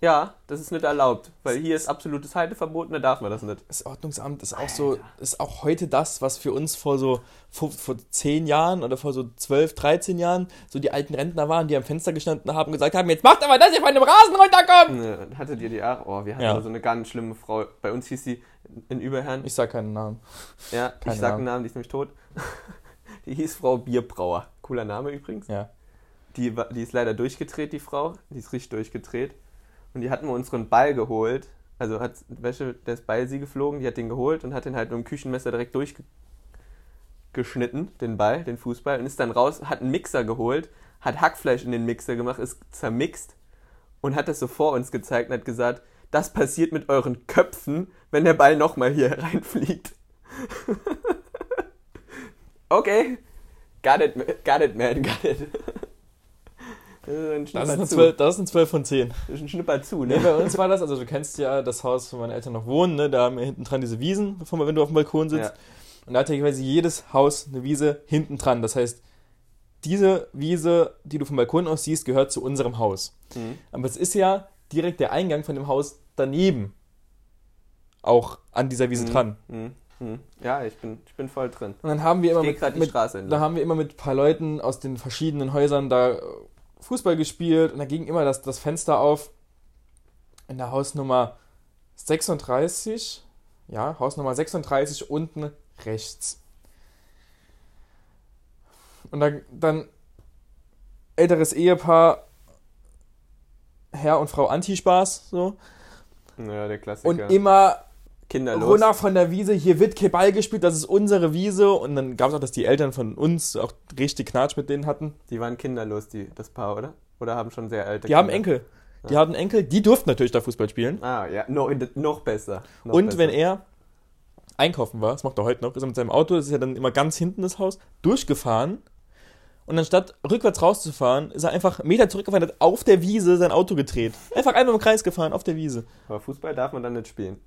Speaker 2: Ja, das ist nicht erlaubt, weil hier ist absolutes Halteverbot und da darf man das nicht.
Speaker 1: Das Ordnungsamt ist auch so, ist auch heute das, was für uns vor so vor, vor zehn Jahren oder vor so 12, 13 Jahren so die alten Rentner waren, die am Fenster gestanden haben und gesagt haben, jetzt macht aber, dass ihr von dem Rasen runterkommt.
Speaker 2: Ne, hattet ihr die auch? Oh, wir hatten
Speaker 1: Ja.
Speaker 2: so eine ganz schlimme Frau. Bei uns hieß sie in Überherrn.
Speaker 1: Ich sag keinen Namen.
Speaker 2: ja, ich
Speaker 1: keine
Speaker 2: sag
Speaker 1: Ahnung.
Speaker 2: einen Namen, die ist nämlich tot. [laughs] die hieß Frau Bierbrauer. Cooler Name übrigens.
Speaker 1: Ja.
Speaker 2: Die, war- die ist leider durchgedreht, die Frau. Die ist richtig durchgedreht. Und die hat mir unseren Ball geholt. Also hat Wäsche, der ist bei sie geflogen, die hat den geholt und hat den halt mit dem Küchenmesser direkt durchgeschnitten, den Ball, den Fußball, und ist dann raus, hat einen Mixer geholt, hat Hackfleisch in den Mixer gemacht, ist zermixt und hat das so vor uns gezeigt und hat gesagt, das passiert mit euren Köpfen, wenn der Ball nochmal hier [laughs] hereinfliegt. okay. Got it, ma- got it, man, got it. [laughs] Das ist ein
Speaker 1: Das
Speaker 2: Schnipper
Speaker 1: ist, eine
Speaker 2: zu.
Speaker 1: 12, das ist eine 12 von 10.
Speaker 2: Das ist ein Schnipper zu,
Speaker 1: Nee,
Speaker 2: ne?
Speaker 1: bei uns war das, also du kennst ja das Haus, wo meine Eltern noch wohnen, ne? da haben wir hinten dran diese Wiesen, bevor man, wenn du auf dem Balkon sitzt.
Speaker 2: Ja.
Speaker 1: Und da hat ja quasi jedes Haus eine Wiese hinten dran. Das heißt, diese Wiese, die du vom Balkon aus siehst, gehört zu unserem Haus.
Speaker 2: Mhm.
Speaker 1: Aber es ist ja direkt der Eingang von dem Haus daneben. Auch an dieser Wiese dran.
Speaker 2: Mhm. Mhm. Ja, ich bin, ich bin voll drin.
Speaker 1: Und dann haben wir immer
Speaker 2: Geh
Speaker 1: mit,
Speaker 2: gerade die
Speaker 1: mit
Speaker 2: Straße
Speaker 1: da
Speaker 2: entlang.
Speaker 1: haben wir immer mit ein paar Leuten aus den verschiedenen Häusern da äh, Fußball gespielt und da ging immer das, das Fenster auf in der Hausnummer 36, ja, Hausnummer 36 unten rechts. Und dann, dann älteres Ehepaar, Herr und Frau Anti-Spaß, so.
Speaker 2: Ja, der
Speaker 1: Und
Speaker 2: Klassiker.
Speaker 1: immer
Speaker 2: kinderlos.
Speaker 1: Runter von der Wiese, hier wird Keball gespielt, das ist unsere Wiese. Und dann gab es auch, dass die Eltern von uns auch richtig Knatsch mit denen hatten.
Speaker 2: Die waren kinderlos, die, das Paar, oder? Oder haben schon sehr alte
Speaker 1: Die haben
Speaker 2: Kinder?
Speaker 1: Enkel. Die haben Enkel, die durften natürlich da Fußball spielen.
Speaker 2: Ah, ja, no, noch besser. Noch
Speaker 1: Und
Speaker 2: besser.
Speaker 1: wenn er einkaufen war, das macht er heute noch, ist er mit seinem Auto, das ist ja dann immer ganz hinten das Haus, durchgefahren. Und anstatt rückwärts rauszufahren, ist er einfach einen Meter zurückgefahren, hat auf der Wiese sein Auto gedreht. Einfach einmal im Kreis gefahren, auf der Wiese.
Speaker 2: Aber Fußball darf man dann nicht spielen.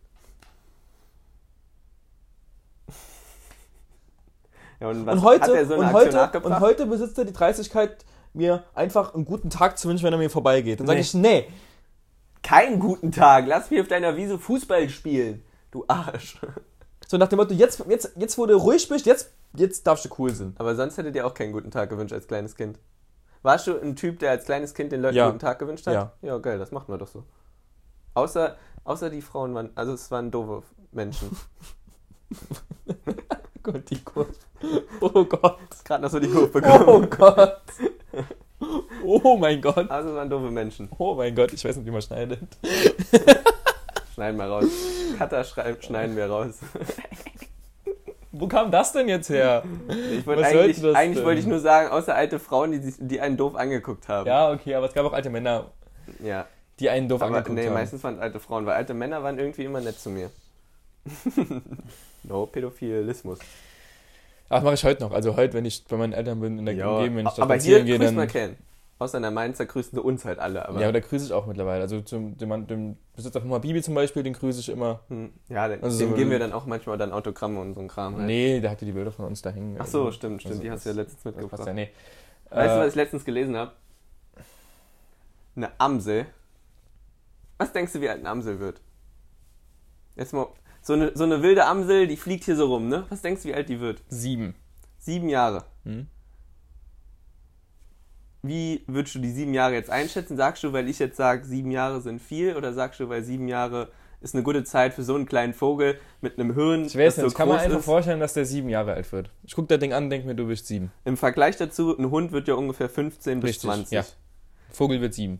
Speaker 2: [laughs] Ja, was
Speaker 1: Und heute,
Speaker 2: hat er so eine
Speaker 1: und,
Speaker 2: Aktion
Speaker 1: heute,
Speaker 2: nachgebracht?
Speaker 1: und heute besitzt er die Dreistigkeit, mir einfach einen guten Tag zu wünschen, wenn er mir vorbeigeht. Dann sage
Speaker 2: Nee.
Speaker 1: ich, nee,
Speaker 2: Keinen guten Tag, lass mich auf deiner Wiese Fußball spielen. Du Arsch.
Speaker 1: So nach dem Motto, jetzt, jetzt, jetzt wo du ruhig bist, jetzt, jetzt darfst du cool sein.
Speaker 2: Aber sonst hätte dir auch keinen guten Tag gewünscht als kleines Kind. Warst du ein Typ, der als kleines Kind den Leuten
Speaker 1: Ja.
Speaker 2: guten Tag gewünscht hat?
Speaker 1: Ja.
Speaker 2: Ja, geil, das macht man doch so. Außer, außer die Frauen waren, also es waren doofe
Speaker 1: [laughs]
Speaker 2: Menschen.
Speaker 1: Gott, die Kurve. [laughs] Oh Gott.
Speaker 2: Gerade noch so die Kurve bekommen.
Speaker 1: Oh Gott. Oh mein Gott.
Speaker 2: Also es waren doofe Menschen.
Speaker 1: Oh mein Gott, ich weiß nicht, wie man schneidet.
Speaker 2: Schneiden wir raus. Cutter schrei- schneiden wir raus.
Speaker 1: Wo kam das denn jetzt her?
Speaker 2: Ich wollte
Speaker 1: Was sollte
Speaker 2: eigentlich,
Speaker 1: das
Speaker 2: eigentlich
Speaker 1: denn?
Speaker 2: wollte ich nur sagen, außer alte Frauen, die, sich, die einen doof angeguckt haben.
Speaker 1: Ja, okay, aber es gab auch alte Männer,
Speaker 2: ja.
Speaker 1: die einen doof
Speaker 2: Aber
Speaker 1: angeguckt
Speaker 2: nee,
Speaker 1: haben.
Speaker 2: meistens waren es alte Frauen, weil alte Männer waren irgendwie immer nett zu mir. [laughs] no Pädophilismus.
Speaker 1: Ach, das mache ich heute noch. Also heute, wenn ich bei meinen Eltern bin, in der Gegend, wenn ich da
Speaker 2: aber hier
Speaker 1: spazieren gehe,
Speaker 2: grüßt man
Speaker 1: dann...
Speaker 2: keinen. Außer in der Mainzer grüßen sie uns halt alle. Aber
Speaker 1: Ja, aber da grüße ich auch mittlerweile. Also zum, dem, Mann- dem Besitzer von Habibi zum Beispiel, den grüße ich immer.
Speaker 2: Hm, ja, den,
Speaker 1: Also
Speaker 2: dem
Speaker 1: so-
Speaker 2: geben wir dann auch manchmal dann Autogramme und so ein Kram. Halt.
Speaker 1: Nee, der hatte die Bilder von uns da hängen.
Speaker 2: Ach so, stimmt, stimmt.
Speaker 1: Also
Speaker 2: die hast du ja
Speaker 1: das-
Speaker 2: letztens
Speaker 1: Das
Speaker 2: mitgebracht.
Speaker 1: passt ja, nee.
Speaker 2: Weißt
Speaker 1: Äh,
Speaker 2: du, was ich letztens gelesen habe? Eine Amsel. Was denkst du, wie alt eine Amsel wird? Jetzt mal, so eine, so eine wilde Amsel, die fliegt hier so rum, ne? Was denkst du, wie alt die wird?
Speaker 1: Sieben.
Speaker 2: Sieben Jahre.
Speaker 1: Hm?
Speaker 2: Wie würdest du die sieben Jahre jetzt einschätzen? Sagst du, weil ich jetzt sage, sieben Jahre sind viel? Oder sagst du, weil sieben Jahre ist eine gute Zeit für so einen kleinen Vogel mit einem Hirn,
Speaker 1: Ich weiß nicht,
Speaker 2: das so
Speaker 1: ich kann mir
Speaker 2: groß
Speaker 1: einfach
Speaker 2: ist?
Speaker 1: vorstellen, dass der sieben Jahre alt wird. Ich guck das Ding an, denk mir, du bist sieben.
Speaker 2: Im Vergleich dazu, ein Hund wird ja ungefähr 15 bis
Speaker 1: Richtig,
Speaker 2: 20.
Speaker 1: ja. Vogel wird sieben.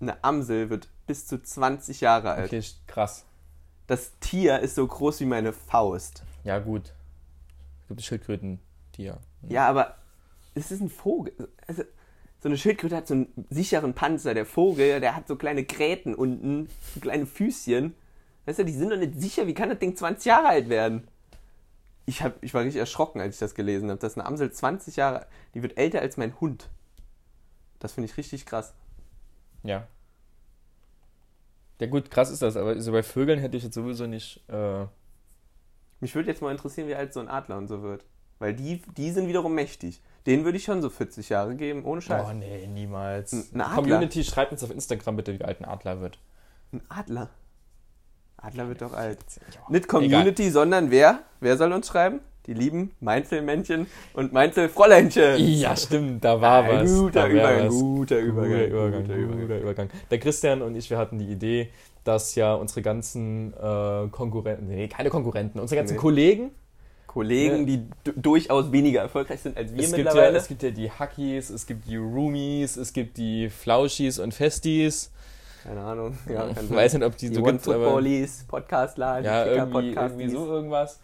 Speaker 2: Eine Amsel wird bis zu 20 Jahre alt.
Speaker 1: Okay, sch- krass.
Speaker 2: Das Tier ist so groß wie meine Faust.
Speaker 1: Ja, gut. Es gibt Schildkröten, die ja.
Speaker 2: Ja, aber es ist ein Vogel. Also, so eine Schildkröte hat so einen sicheren Panzer. Der Vogel, der hat so kleine Gräten unten, so kleine Füßchen. Weißt du, die sind doch nicht sicher. Wie kann das Ding 20 Jahre alt werden? Ich, hab, ich war richtig erschrocken, als ich das gelesen habe, dass eine Amsel 20 Jahre, die wird älter als mein Hund. Das finde ich richtig krass.
Speaker 1: Ja. Ja, gut, krass ist das, aber so bei Vögeln hätte ich jetzt sowieso nicht. Äh,
Speaker 2: Mich würde jetzt mal interessieren, wie alt so ein Adler und so wird. Weil die, die sind wiederum mächtig. Den würde ich schon so 40 Jahre geben, ohne Scheiß.
Speaker 1: oh, nee, niemals.
Speaker 2: Ein Adler.
Speaker 1: Community, schreibt uns auf Instagram bitte, wie alt ein Adler wird.
Speaker 2: Ein Adler. Adler wird doch alt.
Speaker 1: Ja.
Speaker 2: Nicht Community, sondern wer? Wer soll uns schreiben? Die lieben Mainzelmännchen und Mainzelfräuleinchen.
Speaker 1: Ja, stimmt, da war
Speaker 2: Ein
Speaker 1: was. da
Speaker 2: guter
Speaker 1: wär
Speaker 2: Übergang,
Speaker 1: was.
Speaker 2: guter Übergang,
Speaker 1: Guter Übergang,
Speaker 2: guter
Speaker 1: guter
Speaker 2: Übergang.
Speaker 1: Übergang. Der Christian und ich, wir hatten die Idee, dass ja unsere ganzen äh, Konkurrenten, nee, keine Konkurrenten, unsere ganzen
Speaker 2: Nee.
Speaker 1: Kollegen,
Speaker 2: Kollegen, die d- durchaus weniger erfolgreich sind als wir
Speaker 1: es gibt, ja,
Speaker 2: mittlerweile.
Speaker 1: es gibt ja die Hackies, es gibt die Roomies, es gibt die Flauschis und Festis.
Speaker 2: Keine Ahnung. Ja, kann
Speaker 1: ich
Speaker 2: sein.
Speaker 1: weiß nicht, ob also die,
Speaker 2: die
Speaker 1: so
Speaker 2: One
Speaker 1: gibt, aber
Speaker 2: Footballies, Podcastler,
Speaker 1: ja,
Speaker 2: die
Speaker 1: irgendwie,
Speaker 2: Kicker-Podcasts.
Speaker 1: irgendwie so irgendwas.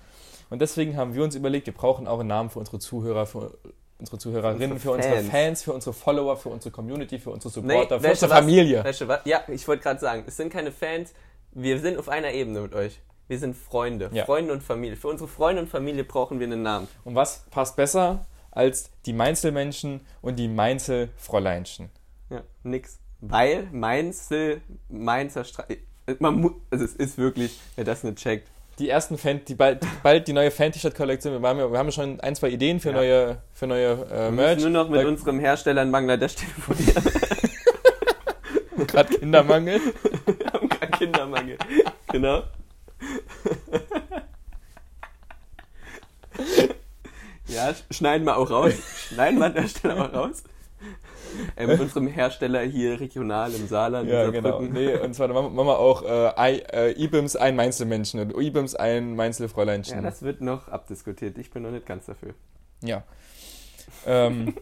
Speaker 1: Und deswegen haben wir uns überlegt, wir brauchen auch einen Namen für unsere Zuhörer, für unsere Zuhörerinnen, für
Speaker 2: Für unsere
Speaker 1: unsere
Speaker 2: Fans.
Speaker 1: Fans, für unsere Follower, für unsere Community, für unsere
Speaker 2: Nee,
Speaker 1: Supporter, für
Speaker 2: weißt du
Speaker 1: unsere
Speaker 2: was?
Speaker 1: Familie.
Speaker 2: Weißt du was? Ja, ich wollte gerade sagen, es sind keine Fans, wir sind auf einer Ebene mit euch. Wir sind Freunde,
Speaker 1: Ja.
Speaker 2: Freunde und Familie. Für unsere Freunde und Familie brauchen wir einen Namen.
Speaker 1: Und was passt besser als die Mainzelmännchen und die Mainzelfräuleinchen?
Speaker 2: Ja, nix. Weil Mainzel, Mainzer Straße. Man mu also es ist wirklich, wer das nicht checkt.
Speaker 1: Die ersten Fan, die bald,
Speaker 2: [laughs]
Speaker 1: bald die neue Fan-T-Shirt-Kollektion. Wir, waren ja- wir haben schon ein, zwei Ideen für
Speaker 2: Ja.
Speaker 1: neue, für neue äh,
Speaker 2: Wir
Speaker 1: Merch.
Speaker 2: [laughs] müssen nur noch mit
Speaker 1: Da-
Speaker 2: unserem Hersteller in Bangladesch telefonieren. [laughs]
Speaker 1: Gerade Kindermangel.
Speaker 2: Wir haben keinen Kindermangel.
Speaker 1: [laughs]
Speaker 2: genau. ja, sch- schneiden wir auch raus. Schneiden wir an der Stelle auch raus. Äh, mit unserem Hersteller hier regional im Saarland. in
Speaker 1: ja, genau.
Speaker 2: Saarbrücken.
Speaker 1: Nee, und zwar da machen wir- machen wir auch äh, I, äh, Ibims ein Mainzelmännchen und Ibims ein Mainzelfräuleinchen.
Speaker 2: Ja, das wird noch [laughs] abdiskutiert. Ich bin noch nicht ganz dafür.
Speaker 1: Ja. Ähm,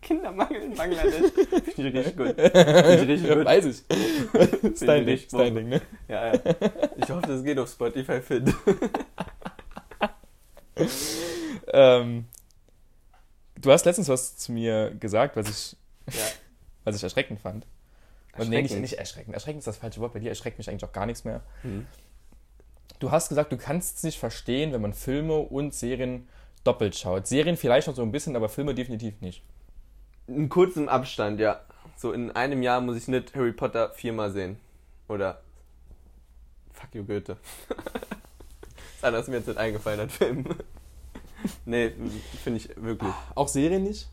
Speaker 2: Kindermangel in Bangladesch. Finde ich richtig gut. Finde ich [laughs] richtig gut.
Speaker 1: Weiß ich.
Speaker 2: Finde ich
Speaker 1: Dein Ding,
Speaker 2: richtig gut.
Speaker 1: dein Ding, ne?
Speaker 2: Ja, ja. Ich hoffe, das geht auf Spotify fit.
Speaker 1: Ähm, du hast letztens was zu mir gesagt, was ich,
Speaker 2: Ja.
Speaker 1: was ich erschreckend fand. Und nee, nicht,
Speaker 2: Erschreckend.
Speaker 1: nicht erschreckend. Erschreckend ist das falsche Wort. Bei dir erschreckt mich eigentlich auch gar nichts mehr.
Speaker 2: Hm.
Speaker 1: Du hast gesagt, du kannst es nicht verstehen, wenn man Filme und Serien doppelt schaut. Serien vielleicht noch so ein bisschen, aber Filme definitiv nicht.
Speaker 2: In kurzem Abstand, ja. So in einem Jahr muss ich nicht Harry Potter viermal sehen. Oder Fuck you Goethe. [laughs] das andere ist mir jetzt nicht eingefallen an Filmen. [laughs] nee, finde ich wirklich.
Speaker 1: Auch Serien nicht?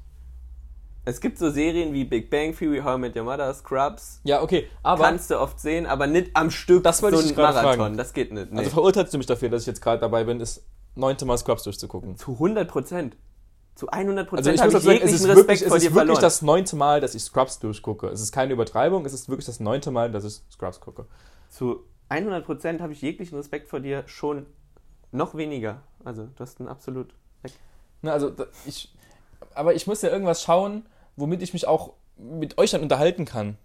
Speaker 2: Es gibt so Serien wie Big Bang Theory, How I Met Your Mother, Scrubs.
Speaker 1: Ja, okay. Aber
Speaker 2: Kannst du oft sehen, aber nicht am Stück
Speaker 1: Das wollte
Speaker 2: so
Speaker 1: ich
Speaker 2: einen
Speaker 1: dich gerade
Speaker 2: Marathon.
Speaker 1: fragen.
Speaker 2: Das geht nicht. Nee.
Speaker 1: also verurteilst du mich dafür, dass ich jetzt gerade dabei bin, das neunte Mal Scrubs durchzugucken.
Speaker 2: zu 100 Prozent. Zu 100 Prozent.
Speaker 1: Also ich muss dazu sagen, es ist
Speaker 2: Respekt
Speaker 1: wirklich, es
Speaker 2: vor
Speaker 1: ist
Speaker 2: dir
Speaker 1: wirklich
Speaker 2: verloren.
Speaker 1: das neunte Mal, dass ich Scrubs durchgucke. Es ist keine Übertreibung, es ist wirklich das neunte Mal, dass ich Scrubs gucke.
Speaker 2: zu 100% habe ich jeglichen Respekt vor dir schon noch weniger. Also, du hast einen absolut.
Speaker 1: Na, also da- ich, aber ich muss ja irgendwas schauen, womit ich mich auch mit euch dann unterhalten kann.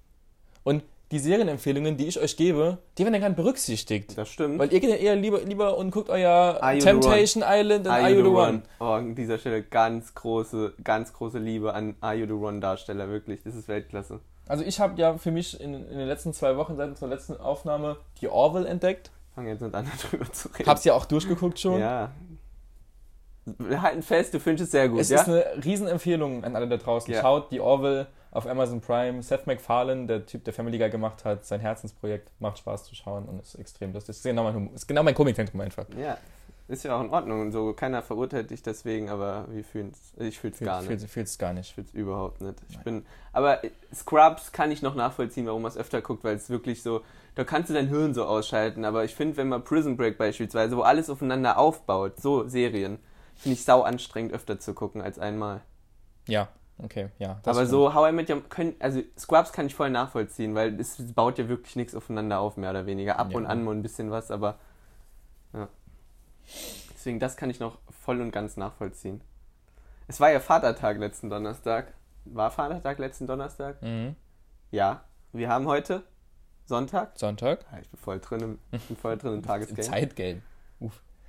Speaker 1: Und die Serienempfehlungen, die ich euch gebe, die werden dann gar nicht berücksichtigt.
Speaker 2: Das stimmt.
Speaker 1: Weil ihr geht ja eher lieber, lieber und guckt euer
Speaker 2: Are You the
Speaker 1: Temptation Island und Are You the One.
Speaker 2: Oh, an dieser Stelle ganz große, ganz große Liebe an Are You the One Darsteller, wirklich. Das ist Weltklasse.
Speaker 1: Also ich habe ja für mich in, in den letzten zwei Wochen seit unserer letzten Aufnahme die Orville entdeckt.
Speaker 2: Fangen jetzt nicht [laughs] an, darüber zu reden.
Speaker 1: Hab's ja auch durchgeguckt schon.
Speaker 2: Ja. Wir halten fest, du findest es sehr gut,
Speaker 1: Es
Speaker 2: ja?
Speaker 1: ist eine Riesenempfehlung an alle da draußen.
Speaker 2: Ja.
Speaker 1: Schaut die Orville auf Amazon Prime. Seth MacFarlane, der Typ, der Family Guy gemacht hat, sein Herzensprojekt, macht Spaß zu schauen und ist extrem lustig. Ist genau mein, Humor- ist genau mein Komikszentrum einfach.
Speaker 2: ja. Ist ja auch in Ordnung und so. Keiner verurteilt dich deswegen, aber wir fühlen's. Ich fühl's gar nicht.
Speaker 1: Fühlt es gar nicht.
Speaker 2: Ich will's überhaupt nicht. Ich
Speaker 1: Nein.
Speaker 2: bin, aber äh, Scrubs kann ich noch nachvollziehen, warum man es öfter guckt, weil es wirklich so, da kannst du dein Hirn so ausschalten. Aber ich finde, wenn man Prison Break beispielsweise, wo alles aufeinander aufbaut, so Serien, finde ich sau anstrengend, öfter zu gucken als einmal.
Speaker 1: Ja, okay, ja. das
Speaker 2: aber
Speaker 1: stimmt.
Speaker 2: so How I Met Your können, also Scrubs kann ich voll nachvollziehen, weil es baut ja wirklich nichts aufeinander auf, mehr oder weniger. Ab
Speaker 1: Ja.
Speaker 2: und an mal ein bisschen was, aber ja. Deswegen, das kann ich noch voll und ganz nachvollziehen. Es war ja Vatertag letzten Donnerstag. War Vatertag letzten Donnerstag?
Speaker 1: Mhm.
Speaker 2: Ja. Wir haben heute Sonntag.
Speaker 1: Sonntag.
Speaker 2: Ah, Ich bin voll drin im, ich bin voll
Speaker 1: [laughs]
Speaker 2: drin im
Speaker 1: Im
Speaker 2: Tagesgame.
Speaker 1: Zeitgame.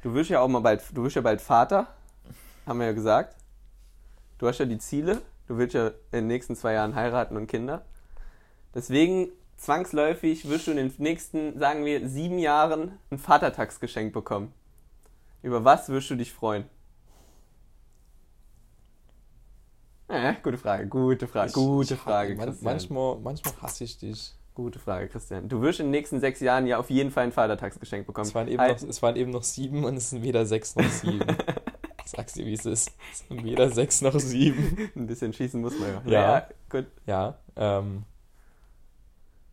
Speaker 2: Du wirst ja auch mal bald, du wirst ja bald Vater, haben wir ja gesagt. Du hast ja die Ziele, du willst ja in den nächsten zwei Jahren heiraten und Kinder. Deswegen zwangsläufig wirst du in den nächsten, sagen wir, sieben Jahren ein Vatertagsgeschenk bekommen. Über was wirst du dich freuen? Äh, gute Frage, gute Frage, gute Frage,
Speaker 1: Man,
Speaker 2: Christian.
Speaker 1: manchmal, manchmal hasse ich dich.
Speaker 2: Gute Frage, Christian. Du wirst in den nächsten sechs Jahren ja auf jeden Fall ein Vatertagsgeschenk bekommen.
Speaker 1: Es waren, eben
Speaker 2: Halt-
Speaker 1: noch, es waren eben noch sieben und es sind weder sechs noch sieben. Ich Sag's dir, wie es ist. Es sind weder sechs noch sieben.
Speaker 2: [laughs] Ein bisschen schießen muss man ja.
Speaker 1: Ja.
Speaker 2: Naja, gut.
Speaker 1: Ja, ähm,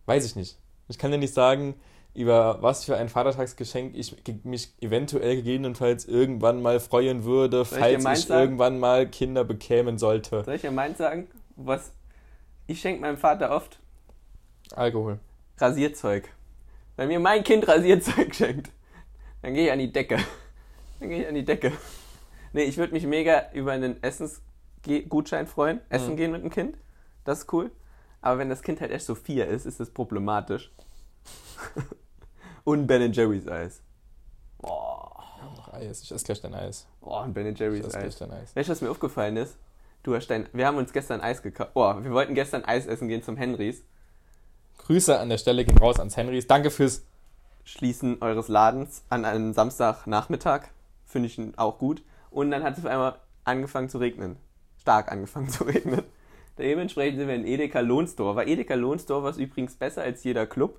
Speaker 1: weiß ich nicht. Ich kann dir nicht sagen, über was für ein Vatertagsgeschenk ich ge- mich eventuell gegebenenfalls irgendwann mal freuen würde,
Speaker 2: Soll ich dir
Speaker 1: falls
Speaker 2: meins
Speaker 1: ich
Speaker 2: sagen?
Speaker 1: irgendwann mal Kinder bekämen sollte.
Speaker 2: Soll ich dir meins sagen? Was ich schenke meinem Vater oft
Speaker 1: Alkohol.
Speaker 2: Rasierzeug. Wenn mir mein Kind Rasierzeug [laughs] schenkt, dann gehe ich an die Decke. Dann gehe ich an die Decke. Nee, ich würde mich mega über einen Essensgutschein freuen. Essen
Speaker 1: Mhm.
Speaker 2: gehen mit dem Kind. Das ist cool. Aber wenn das Kind halt erst so vier ist, ist das problematisch. [laughs] Und Ben Jerry's Eis. Boah,
Speaker 1: Ich hab noch Eis. Ich esse gleich dein Eis.
Speaker 2: oh, ein Ben
Speaker 1: Ich
Speaker 2: Jerry's
Speaker 1: esse
Speaker 2: Eis.
Speaker 1: gleich dein Eis.
Speaker 2: Weißt du, was mir aufgefallen ist? Du hast dein, wir haben uns gestern Eis gekauft. Oh, wir wollten gestern Eis essen gehen zum Henrys.
Speaker 1: Grüße an der Stelle gehen raus ans Henrys. Danke fürs.
Speaker 2: Schließen eures Ladens an einem Samstagnachmittag. Finde ich auch gut. Und dann hat es auf einmal angefangen zu regnen. Stark angefangen [laughs] zu regnen. Dementsprechend sind wir in Edeka Lohnstor. War Edeka Lohnstor was übrigens besser als jeder Club?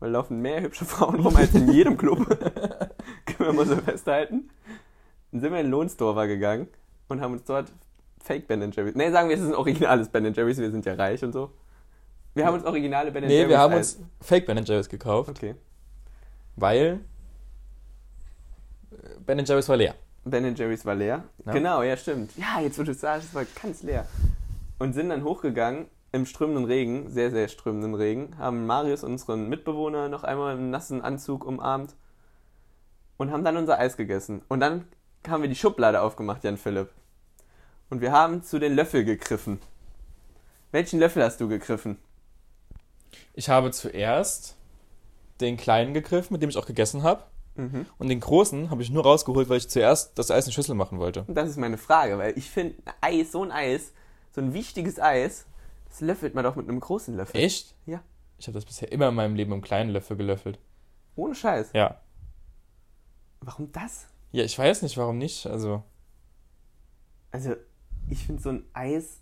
Speaker 2: Weil laufen mehr hübsche Frauen rum als in jedem
Speaker 1: [laughs]
Speaker 2: Club. [laughs] Können wir mal so festhalten. Dann sind wir in Lohnstorver gegangen und haben uns dort Fake Ben Jerry's. Nee, sagen wir, es ist ein originales Ben Jerry's, wir sind ja reich und so. Wir haben uns originale Ben
Speaker 1: Nee,
Speaker 2: Jerry's.
Speaker 1: wir haben
Speaker 2: als-
Speaker 1: uns Fake Ben Jerry's gekauft,
Speaker 2: Okay.
Speaker 1: weil Ben Jerry's war leer.
Speaker 2: Ben Jerry's war leer.
Speaker 1: Ja.
Speaker 2: Genau, ja, stimmt. Ja, jetzt wo du es sagst, es war ganz leer. Und sind dann hochgegangen im strömenden Regen, sehr, sehr strömenden Regen, haben Marius, unseren Mitbewohner, noch einmal im nassen Anzug umarmt und haben dann unser Eis gegessen. Und dann haben wir die Schublade aufgemacht, Jan Philipp. Und wir haben zu den Löffel gegriffen. Welchen Löffel hast du gegriffen?
Speaker 1: Ich habe zuerst den kleinen gegriffen, mit dem ich auch gegessen habe.
Speaker 2: Mhm.
Speaker 1: Und den großen habe ich nur rausgeholt, weil ich zuerst das Eis in die Schüssel machen wollte.
Speaker 2: Und das ist meine Frage, weil ich finde, Eis, so ein Eis, so ein wichtiges Eis, das löffelt man doch mit einem großen Löffel.
Speaker 1: Echt?
Speaker 2: Ja.
Speaker 1: Ich habe das bisher immer in meinem Leben mit einem kleinen Löffel gelöffelt.
Speaker 2: Ohne Scheiß.
Speaker 1: Ja.
Speaker 2: Warum das?
Speaker 1: Ja, ich weiß nicht, warum nicht. Also,
Speaker 2: Also, ich finde so ein Eis,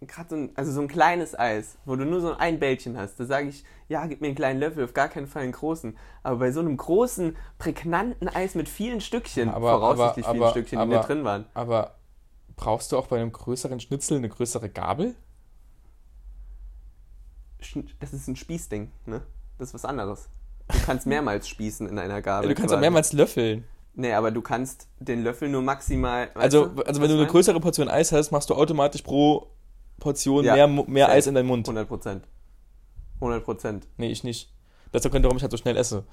Speaker 2: gerade so ein, also so ein kleines Eis, wo du nur so ein Bällchen hast, da sage ich, ja, gib mir einen kleinen Löffel, auf gar keinen Fall einen großen. Aber bei so einem großen, prägnanten Eis mit vielen Stückchen,
Speaker 1: Aber-
Speaker 2: voraussichtlich
Speaker 1: aber-
Speaker 2: vielen
Speaker 1: aber-
Speaker 2: Stückchen, die
Speaker 1: aber-
Speaker 2: da drin waren.
Speaker 1: aber brauchst du auch bei einem größeren Schnitzel eine größere Gabel?
Speaker 2: Schn- Das ist ein Spießding, ne? Das ist was anderes. Du kannst mehrmals spießen in einer Gabel.
Speaker 1: du kannst auch
Speaker 2: quasi.
Speaker 1: mehrmals löffeln.
Speaker 2: Nee, aber du kannst den Löffel nur maximal.
Speaker 1: Also,
Speaker 2: weißt du,
Speaker 1: also wenn
Speaker 2: was
Speaker 1: du
Speaker 2: ich
Speaker 1: eine
Speaker 2: mein?
Speaker 1: größere Portion Eis hast, machst du automatisch pro Portion
Speaker 2: Ja,
Speaker 1: mehr, Mu- mehr
Speaker 2: safe.
Speaker 1: Eis in deinen Mund.
Speaker 2: 100 Prozent. 100 Prozent.
Speaker 1: Nee, ich nicht. Deshalb könnte, warum ich halt so schnell esse.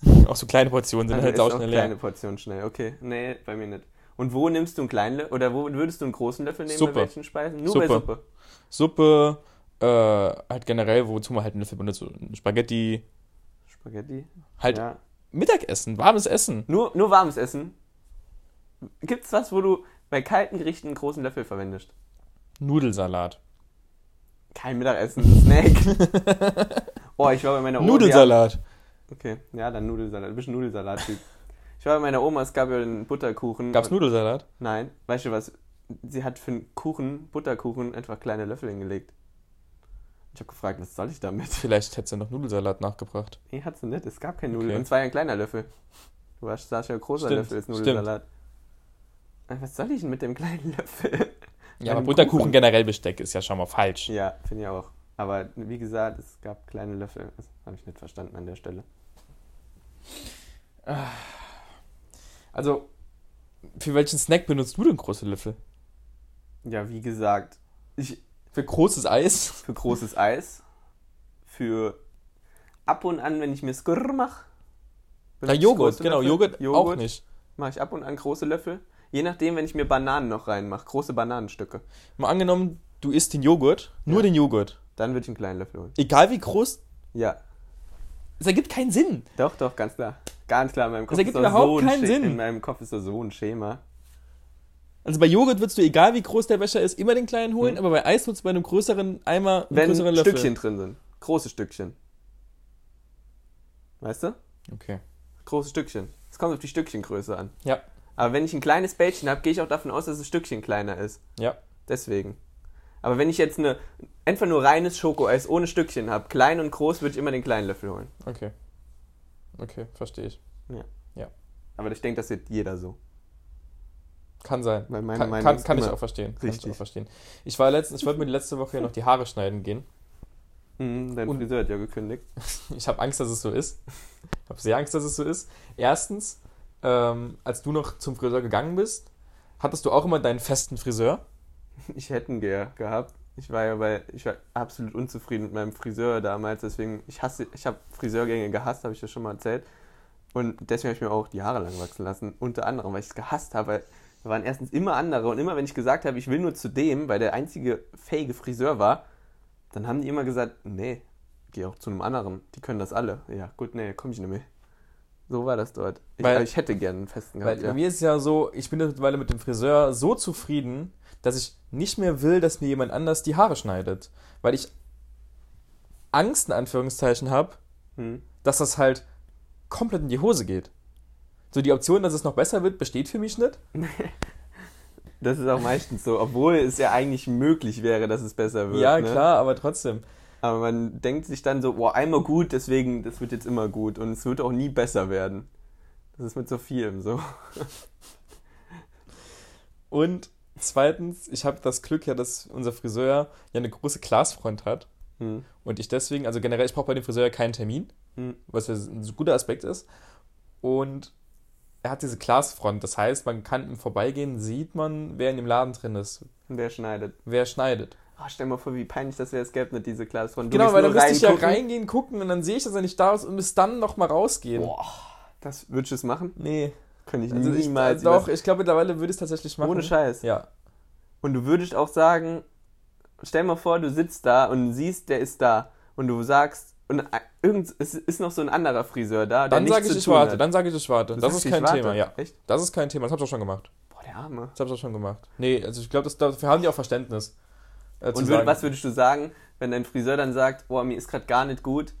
Speaker 1: [laughs] Auch so kleine Portionen sind
Speaker 2: Also
Speaker 1: halt
Speaker 2: ist
Speaker 1: sau
Speaker 2: auch
Speaker 1: schnell
Speaker 2: eine
Speaker 1: leer.
Speaker 2: kleine Portion schnell. Okay, nee, bei mir nicht. Und wo nimmst du einen kleinen Löffel? Oder wo würdest du einen großen Löffel nehmen
Speaker 1: Suppe.
Speaker 2: bei welchen Speisen? Nur bei
Speaker 1: Suppe.
Speaker 2: Suppe.
Speaker 1: Suppe, äh, halt generell, wozu man halt einen Löffel benutzt. so Spaghetti,
Speaker 2: Spaghetti.
Speaker 1: halt
Speaker 2: Ja.
Speaker 1: Mittagessen, warmes Essen.
Speaker 2: Nur, nur warmes Essen. Gibt's was, wo du bei kalten Gerichten einen großen Löffel verwendest?
Speaker 1: Nudelsalat.
Speaker 2: Kein Mittagessen, ein Snack.
Speaker 1: [laughs]
Speaker 2: oh, ich war bei meiner Oma. die hat-
Speaker 1: Nudelsalat.
Speaker 2: Okay, ja, dann Nudelsalat. Du bist ein Nudelsalat-Typ. ich war bei meiner Oma, es gab ja einen Butterkuchen.
Speaker 1: Gab's Nudelsalat?
Speaker 2: Nein, weißt du was? Sie hat für einen Kuchen, Butterkuchen, einfach kleine Löffel hingelegt. Ich habe gefragt, was soll ich damit? [laughs]
Speaker 1: Vielleicht hättest du noch Nudelsalat nachgebracht.
Speaker 2: Nee, hat sie nicht. Es gab kein Nudel.
Speaker 1: Okay.
Speaker 2: Und zwar ein kleiner Löffel. Du warst Sascha, großer
Speaker 1: Stimmt,
Speaker 2: Löffel ist
Speaker 1: stimmt.
Speaker 2: Nudelsalat. Ey, Was soll ich denn mit dem kleinen [laughs] Löffel?
Speaker 1: Ja,
Speaker 2: Einen
Speaker 1: aber Butterkuchen
Speaker 2: Kuchen.
Speaker 1: generell Besteck ist ja schon mal falsch.
Speaker 2: ja, finde ich auch. Aber wie gesagt, es gab kleine Löffel. Das habe ich nicht verstanden an der Stelle.
Speaker 1: Also, für welchen Snack benutzt du denn große Löffel?
Speaker 2: Ja, wie gesagt, ich,
Speaker 1: Für großes Eis?
Speaker 2: für großes Eis, für ab und an, wenn ich mir Skrrr mache.
Speaker 1: Na, Joghurt, genau, Joghurt, auch nicht.
Speaker 2: Mache ich ab und an große Löffel. Je nachdem, wenn ich mir Bananen noch reinmache, große Bananenstücke,
Speaker 1: Mal angenommen, du isst den Joghurt, nur
Speaker 2: Ja.
Speaker 1: den Joghurt.
Speaker 2: dann würde ich einen kleinen Löffel holen.
Speaker 1: Egal wie groß,
Speaker 2: Ja,
Speaker 1: es ergibt keinen Sinn.
Speaker 2: doch, doch, ganz klar. Ganz klar, in meinem Kopf
Speaker 1: ergibt
Speaker 2: da
Speaker 1: überhaupt
Speaker 2: so ein
Speaker 1: keinen
Speaker 2: Sch-
Speaker 1: Sinn.
Speaker 2: In meinem Kopf ist da so ein Schema.
Speaker 1: Also bei Joghurt würdest du, egal wie groß der Becher ist, immer den kleinen holen, aber bei Eis würdest du bei einem größeren Eimer einen
Speaker 2: Hm. Wenn
Speaker 1: größeren Löffel.
Speaker 2: Stückchen drin sind, große Stückchen. Weißt du?
Speaker 1: Okay.
Speaker 2: Große Stückchen. Es kommt auf die Stückchengröße an.
Speaker 1: Ja,
Speaker 2: Aber wenn ich ein kleines Bällchen habe, gehe ich auch davon aus, dass das Stückchen kleiner ist.
Speaker 1: ja.
Speaker 2: Deswegen. Aber wenn ich jetzt eine, einfach nur reines Schokoeis ohne Stückchen habe, klein und groß, würde ich immer den kleinen Löffel holen.
Speaker 1: Okay. Okay, verstehe ich.
Speaker 2: Aber ich denke, das wird jeder so.
Speaker 1: Kann sein.
Speaker 2: Weil meine
Speaker 1: kann
Speaker 2: Meinung
Speaker 1: kann,
Speaker 2: ist
Speaker 1: kann ich
Speaker 2: immer
Speaker 1: auch verstehen. Kann
Speaker 2: richtig.
Speaker 1: ich auch verstehen. Ich war letztens, ich wollte mir die letzte Woche ja noch die Haare schneiden gehen.
Speaker 2: Mhm, dein
Speaker 1: Und-
Speaker 2: Friseur hat ja gekündigt. [laughs]
Speaker 1: Ich habe Angst, dass es so ist. Ich habe sehr Angst, dass es so ist. Erstens, ähm, als du noch zum Friseur gegangen bist, hattest du auch immer deinen festen Friseur.
Speaker 2: Ich hätte ihn ge gehabt. Ich war ja bei, ich war absolut unzufrieden mit meinem Friseur damals, deswegen, ich hasse, ich habe Friseurgänge gehasst, habe ich ja schon mal erzählt. Und deswegen habe ich mir auch die Haare lang wachsen lassen, unter anderem, weil ich es gehasst habe. weil Da waren erstens immer andere und immer, wenn ich gesagt habe, ich will nur zu dem, weil der einzige fähige Friseur war, dann haben die immer gesagt, nee, geh auch zu einem anderen, die können das alle. Ja, gut, nee, komm ich nicht mehr. So war das dort. Ich,
Speaker 1: Weil-
Speaker 2: aber ich hätte gerne einen festen
Speaker 1: Weil
Speaker 2: gehabt.
Speaker 1: bei
Speaker 2: Ja.
Speaker 1: mir ist es ja so, ich bin mittlerweile mit dem Friseur so zufrieden, dass ich nicht mehr will, dass mir jemand anders die Haare schneidet. Weil ich Angst in Anführungszeichen habe,
Speaker 2: Hm.
Speaker 1: dass das halt komplett in die Hose geht. So die Option, dass es noch besser wird, besteht für mich nicht.
Speaker 2: Das ist auch meistens so, obwohl es ja eigentlich möglich wäre, dass es besser wird.
Speaker 1: ja,
Speaker 2: ne?
Speaker 1: klar, aber trotzdem.
Speaker 2: Aber man denkt sich dann so, boah, einmal gut, deswegen, das wird jetzt immer gut. Und es wird auch nie besser werden. Das ist mit so vielem so.
Speaker 1: Und zweitens, ich habe das Glück ja, dass unser Friseur ja eine große Glasfront hat.
Speaker 2: Hm.
Speaker 1: Und ich deswegen, also generell, ich brauche bei dem Friseur ja keinen Termin,
Speaker 2: Hm.
Speaker 1: was ja ein so guter Aspekt ist. Und er hat diese Glasfront, das heißt, man kann im Vorbeigehen, sieht man, wer in dem Laden drin ist,
Speaker 2: Und wer schneidet?
Speaker 1: wer schneidet.
Speaker 2: Oh, stell mal vor, wie peinlich das wäre, es gäbe nicht diese Class von.
Speaker 1: genau, weil da müsste ich ja reingehen, gucken und dann sehe ich, dass er nicht da ist und bis dann nochmal rausgehen.
Speaker 2: Boah, das würdest du es machen?
Speaker 1: Nee.
Speaker 2: Kann ich
Speaker 1: Also ich,
Speaker 2: niemals.
Speaker 1: doch,
Speaker 2: übers-
Speaker 1: ich glaube mittlerweile würde ich es tatsächlich machen.
Speaker 2: ohne Scheiß.
Speaker 1: Ja.
Speaker 2: Und du würdest auch sagen, stell mal vor, du sitzt da und siehst, der ist da und du sagst, und äh, irgend, es ist noch so ein anderer Friseur da,
Speaker 1: Dann
Speaker 2: der
Speaker 1: sage
Speaker 2: nichts
Speaker 1: ich,
Speaker 2: zu
Speaker 1: ich
Speaker 2: tun
Speaker 1: warte,
Speaker 2: hat.
Speaker 1: dann sage ich, ich warte.
Speaker 2: Du
Speaker 1: Das
Speaker 2: sagst,
Speaker 1: ist
Speaker 2: ich
Speaker 1: kein
Speaker 2: warte.
Speaker 1: Thema, ja.
Speaker 2: Echt?
Speaker 1: Das ist kein Thema, das habe ich auch schon gemacht.
Speaker 2: Boah, der Arme.
Speaker 1: Das habe ich auch schon gemacht. Nee, also ich glaube, dafür haben die auch Verständnis. äh, zu
Speaker 2: Und würd,
Speaker 1: sagen-
Speaker 2: was würdest du sagen, wenn dein Friseur dann sagt, boah, mir ist gerade gar nicht gut?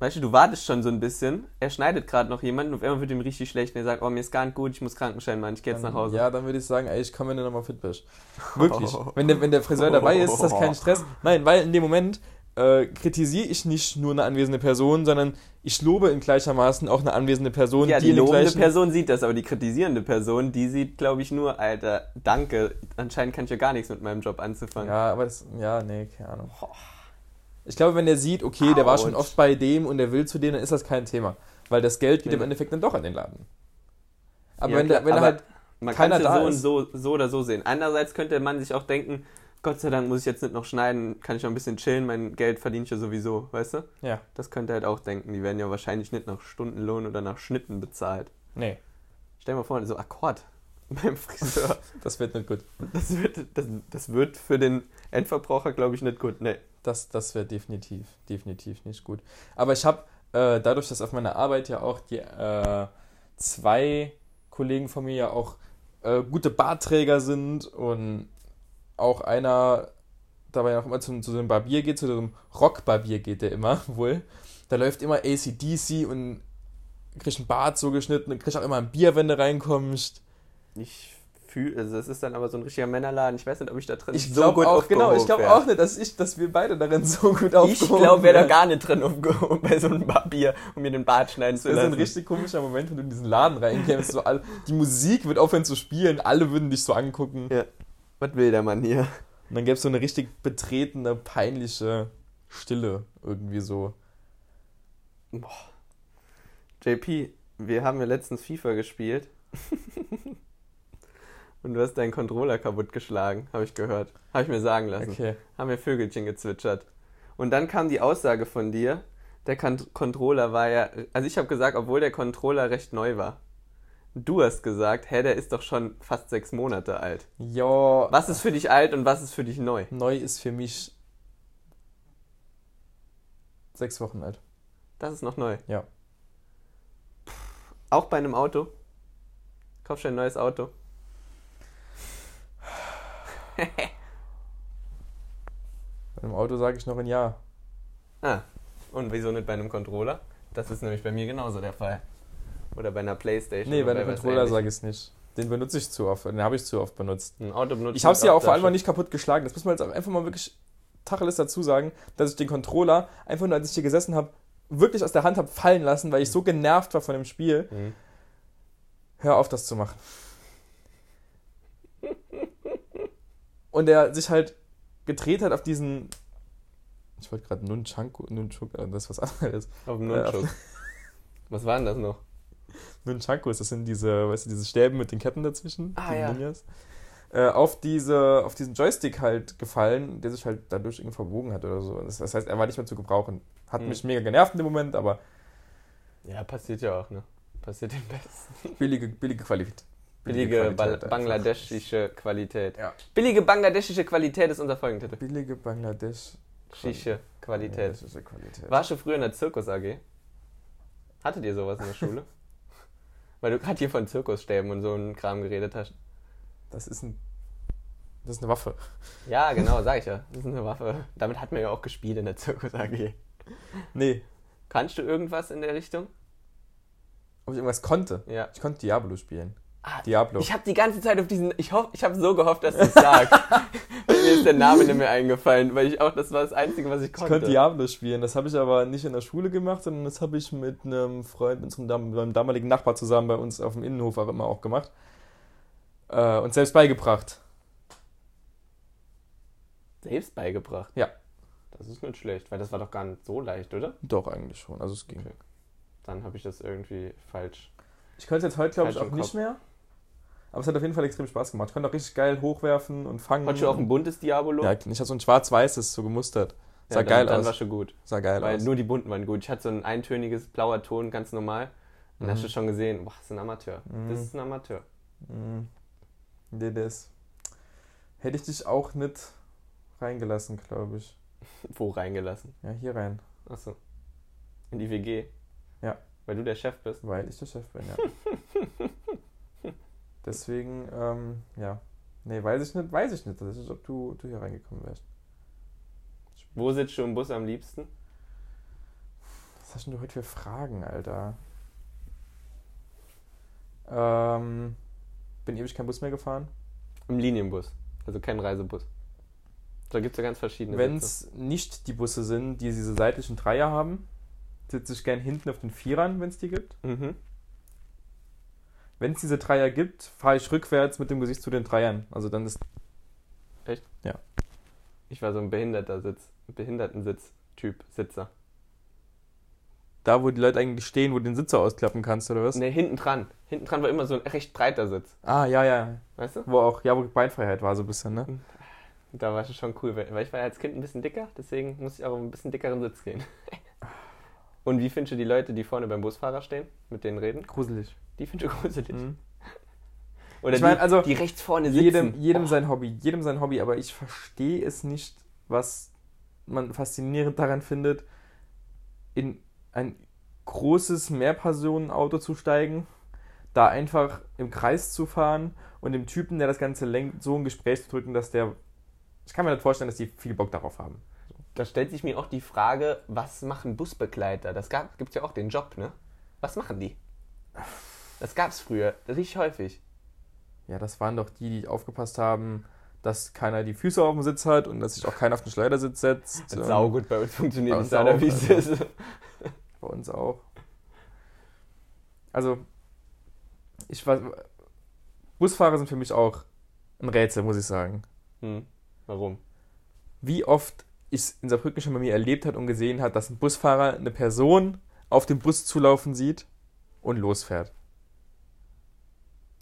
Speaker 2: Weißt du, du wartest schon so ein bisschen, er schneidet gerade noch jemanden und auf einmal wird ihm richtig schlecht und er sagt, oh, mir ist gar nicht gut, ich muss Krankenschein machen, ich gehe jetzt nach Hause.
Speaker 1: Ja, dann würde ich sagen, ey, ich komme, wenn du nochmal fit
Speaker 2: [laughs]
Speaker 1: bist. Wirklich. Wenn, der, wenn der Friseur dabei ist, ist das kein Stress. Nein, weil in dem Moment äh, kritisiere ich nicht nur eine anwesende Person, sondern ich lobe in gleichermaßen auch eine anwesende Person,
Speaker 2: Ja, die,
Speaker 1: in den
Speaker 2: lobende
Speaker 1: gleichen-
Speaker 2: Person sieht das, aber die kritisierende Person, die sieht, glaube ich, nur, Alter, danke, anscheinend kann ich ja gar nichts mit meinem Job anzufangen.
Speaker 1: Ja, aber das, ja, nee, keine Ahnung. Ich glaube, wenn der sieht, okay, der war schon
Speaker 2: Autsch.
Speaker 1: oft bei dem und der will zu dem, dann ist das kein Thema. Weil das Geld geht im
Speaker 2: Nee.
Speaker 1: Endeffekt dann doch an den Laden. Aber
Speaker 2: Ja,
Speaker 1: wenn, der,
Speaker 2: klar,
Speaker 1: wenn
Speaker 2: aber
Speaker 1: er halt,
Speaker 2: man kann
Speaker 1: keiner
Speaker 2: es
Speaker 1: da
Speaker 2: ja so, und
Speaker 1: ist.
Speaker 2: so, so oder so sehen. Andererseits könnte man sich auch denken, Gott sei Dank muss ich jetzt nicht noch schneiden, kann ich noch ein bisschen chillen, mein Geld verdiene ich ja sowieso, weißt du?
Speaker 1: ja,
Speaker 2: Das könnte halt auch denken, die werden ja wahrscheinlich nicht nach Stundenlohn oder nach Schnitten bezahlt.
Speaker 1: nee,
Speaker 2: Stell dir mal vor, so Akkord [laughs] beim Friseur.
Speaker 1: das wird nicht gut.
Speaker 2: Das wird, das, das wird für den Endverbraucher, glaube ich, nicht gut. Nee.
Speaker 1: Das, das wäre definitiv, definitiv nicht gut. Aber ich habe, äh, dadurch, dass auf meiner Arbeit ja auch die äh, zwei Kollegen von mir ja auch äh, gute Barträger sind und auch einer dabei auch immer zum, zu so einem Barbier geht, zu so einem Rock-Barbier geht der immer [laughs] wohl. Da läuft immer ACDC und kriegst einen Bart so geschnitten und kriegst auch immer ein Bier, wenn du reinkommst.
Speaker 2: Ich fühle, also es ist dann aber so ein richtiger Männerladen. Ich weiß nicht, ob ich da drin
Speaker 1: Ich
Speaker 2: so
Speaker 1: glaube
Speaker 2: gut
Speaker 1: auch, genau, ich
Speaker 2: aufgehoben
Speaker 1: glaube
Speaker 2: wär.
Speaker 1: auch nicht, dass, ich, dass wir beide darin so gut aufgehoben
Speaker 2: Ich glaube, wäre
Speaker 1: wären.
Speaker 2: da gar nicht drin [laughs] aufgehoben bei so einem Barbier, um mir den Bart schneiden zu
Speaker 1: Das ist ein
Speaker 2: lassen.
Speaker 1: richtig komischer Moment, wenn du in diesen Laden reinkämst. So all, die Musik wird aufhören zu spielen, alle würden dich so angucken.
Speaker 2: Ja. Was will der Mann hier?
Speaker 1: Und dann gäbe es so eine richtig betretene, peinliche Stille irgendwie so.
Speaker 2: Boah. JP, wir haben ja letztens FIFA gespielt. [laughs] Und du hast deinen Controller kaputtgeschlagen, habe ich gehört. Habe ich mir sagen lassen.
Speaker 1: Okay.
Speaker 2: Haben mir Vögelchen gezwitschert. Und dann kam die Aussage von dir, der Kan- Controller war ja. Also ich habe gesagt, obwohl der Controller recht neu war. Du hast gesagt, hä, der ist doch schon fast sechs Monate alt.
Speaker 1: Ja,
Speaker 2: Was ist für dich alt und was ist für dich neu?
Speaker 1: neu ist für mich sechs Wochen alt.
Speaker 2: Das ist noch neu.
Speaker 1: Ja.
Speaker 2: Auch bei einem Auto. Kaufst du ein neues Auto?
Speaker 1: Bei einem Auto sage ich noch ein Jahr.
Speaker 2: Ah, und wieso nicht bei einem Controller? Das ist nämlich bei mir genauso der Fall. Oder bei einer Playstation.
Speaker 1: Nee, bei
Speaker 2: oder
Speaker 1: einem
Speaker 2: was
Speaker 1: Controller
Speaker 2: ähnlichem.
Speaker 1: sage ich es nicht. Den benutze ich zu oft, den habe ich zu oft benutzt.
Speaker 2: Ein Auto benutzt
Speaker 1: Ich habe sie ja auch vor allem
Speaker 2: Dafür.
Speaker 1: nicht kaputt geschlagen. Das muss man jetzt einfach mal wirklich Tacheles dazu sagen, dass ich den Controller einfach nur, als ich hier gesessen habe, wirklich aus der Hand habe fallen lassen, weil ich so genervt war von dem Spiel.
Speaker 2: Mhm.
Speaker 1: Hör auf, das zu machen. Und er sich halt gedreht hat auf diesen. Ich wollte gerade Nunchaku, Nunchuk, äh, das ist was anderes.
Speaker 2: Auf dem Nunchuk. [laughs] Was war denn das noch?
Speaker 1: Nunchakus, das sind diese, weißt du, diese Stäben mit den Ketten dazwischen,
Speaker 2: Ah,
Speaker 1: die
Speaker 2: ja.
Speaker 1: Ninjas, äh, auf, diese, auf diesen Joystick halt gefallen, der sich halt dadurch irgendwie verbogen hat oder so. Das, das heißt, er war nicht mehr zu gebrauchen. Hat
Speaker 2: Hm.
Speaker 1: mich mega genervt in dem Moment, aber
Speaker 2: Ja, passiert ja auch, ne? Passiert den Besten.
Speaker 1: billige, billige Qualität.
Speaker 2: Billige Bal-
Speaker 1: Qualität einfach.
Speaker 2: bangladeschische Qualität.
Speaker 1: Ja.
Speaker 2: Billige bangladeschische Qualität ist unser Folgentitel.
Speaker 1: Billige Bangladesch.
Speaker 2: Schische Qualität.
Speaker 1: Bangladeschische Qualität.
Speaker 2: Warst du früher in der Zirkus AG? Hattet ihr sowas in
Speaker 1: [laughs]
Speaker 2: der Schule? Weil du gerade hier von Zirkusstäben und so einem Kram geredet hast.
Speaker 1: Das ist ein. Das ist eine Waffe.
Speaker 2: Ja, genau, sag ich ja. Das ist eine Waffe. Damit hat man ja auch gespielt in der Zirkus AG.
Speaker 1: Nee,
Speaker 2: Kannst du irgendwas in der Richtung?
Speaker 1: ob ich irgendwas konnte.
Speaker 2: Ja.
Speaker 1: Ich konnte Diablo spielen.
Speaker 2: Ah,
Speaker 1: Diablo.
Speaker 2: Ich habe die ganze Zeit auf diesen. Ich hoffe, ich habe so gehofft, dass du es [laughs] sagst. Mir ist der Name nicht mehr eingefallen, weil ich auch das war das Einzige, was ich
Speaker 1: Ich
Speaker 2: konnte.
Speaker 1: konnte Diablo spielen, das habe ich aber nicht in der Schule gemacht, sondern das habe ich mit einem Freund, mit unserem dam- mit meinem damaligen Nachbar zusammen bei uns auf dem Innenhof auch immer auch gemacht. Äh, und selbst beigebracht.
Speaker 2: Selbst beigebracht.
Speaker 1: Ja.
Speaker 2: Das ist nicht schlecht, weil das war doch gar nicht so leicht, oder?
Speaker 1: Doch, eigentlich schon. Also es ging.
Speaker 2: Okay. Dann habe ich das irgendwie falsch.
Speaker 1: Ich könnte jetzt heute, glaube ich,
Speaker 2: Falsch
Speaker 1: auch
Speaker 2: im
Speaker 1: nicht
Speaker 2: Kopf.
Speaker 1: mehr. Aber es hat auf jeden Fall extrem Spaß gemacht. Ich konnte auch richtig geil hochwerfen und fangen.
Speaker 2: Konntest du auch ein buntes Diabolo?
Speaker 1: Ja, ich hatte so ein schwarz-weißes, so gemustert. Sah
Speaker 2: dann,
Speaker 1: geil
Speaker 2: dann
Speaker 1: aus.
Speaker 2: war schon gut.
Speaker 1: Sah geil
Speaker 2: Weil
Speaker 1: aus.
Speaker 2: nur die bunten waren gut. Ich hatte so ein eintöniges blauer Ton, ganz normal. Dann hast du schon gesehen, boah, das ist ein Amateur. Das ist ein Amateur.
Speaker 1: Mhm. Nee, das. Hätte ich dich auch nicht reingelassen, glaube ich.
Speaker 2: Wo reingelassen?
Speaker 1: Ja, hier rein,
Speaker 2: Achso. In die WG.
Speaker 1: Ja.
Speaker 2: Weil du der Chef bist.
Speaker 1: weil ich der Chef bin, ja. Deswegen, ähm, ja. Nee, weiß ich nicht, weiß ich nicht. Das ist, ob du, du hier reingekommen wärst.
Speaker 2: Wo sitzt du im Bus am liebsten?
Speaker 1: Was hast denn du heute für Fragen, Alter? Ähm, bin ewig kein Bus mehr gefahren.
Speaker 2: Im Linienbus. Also kein Reisebus. Da gibt es ja ganz verschiedene.
Speaker 1: Wenn es nicht die Busse sind, die diese seitlichen Dreier haben, sitze ich gern hinten auf den Vierern, wenn es die gibt.
Speaker 2: Sitze. Mhm.
Speaker 1: Wenn es diese Dreier gibt, fahre ich rückwärts mit dem Gesicht zu den Dreiern. Also dann ist.
Speaker 2: Ich war so ein behinderter Sitz. Behindertensitz-Typ, Sitzer.
Speaker 1: Da, wo die Leute eigentlich stehen, wo du den Sitzer ausklappen kannst, oder was?
Speaker 2: Ne, hinten dran. Hinten dran war immer so ein recht breiter Sitz.
Speaker 1: Ah, ja, ja.
Speaker 2: Weißt du?
Speaker 1: Wo auch, ja, wo Beinfreiheit war, so ein bisschen, ne?
Speaker 2: Da war es schon cool, weil weil ich war ja als Kind ein bisschen dicker, deswegen musste ich auch auf einen bisschen dickeren Sitz gehen. [laughs] Und wie findest du die Leute, die vorne beim Busfahrer stehen, mit denen reden?
Speaker 1: Gruselig.
Speaker 2: Die findest du gruselig. Oder
Speaker 1: Mhm. Ich mein,
Speaker 2: die,
Speaker 1: also,
Speaker 2: die rechts vorne sitzen.
Speaker 1: Jedem, jedem
Speaker 2: oh,
Speaker 1: sein Hobby, jedem sein Hobby, aber ich verstehe es nicht, was man faszinierend daran findet, in ein großes Mehrpersonenauto zu steigen, da einfach im Kreis zu fahren und dem Typen, der das Ganze lenkt, so ein Gespräch zu drücken, dass der. Ich kann mir nicht vorstellen, dass die viel Bock darauf haben.
Speaker 2: da stellt sich mir auch die Frage, was machen Busbegleiter? Das gab, gibt's ja auch den Job, ne? Was machen die? Das gab's früher, richtig häufig.
Speaker 1: Ja, das waren doch die, die aufgepasst haben, dass keiner die Füße auf dem Sitz hat und dass sich auch keiner auf den Schleudersitz setzt.
Speaker 2: Das
Speaker 1: Und
Speaker 2: ist saugut, bei uns funktioniert
Speaker 1: bei
Speaker 2: das
Speaker 1: uns
Speaker 2: leider,
Speaker 1: auch,
Speaker 2: wie es
Speaker 1: also.
Speaker 2: ist.
Speaker 1: Bei uns auch. Also, ich war. Busfahrer sind für mich auch ein Rätsel, muss ich sagen.
Speaker 2: Hm. Warum?
Speaker 1: Wie oft ich es in Saarbrücken schon bei mir erlebt hat und gesehen hat, dass ein Busfahrer eine Person auf dem Bus zulaufen sieht und losfährt.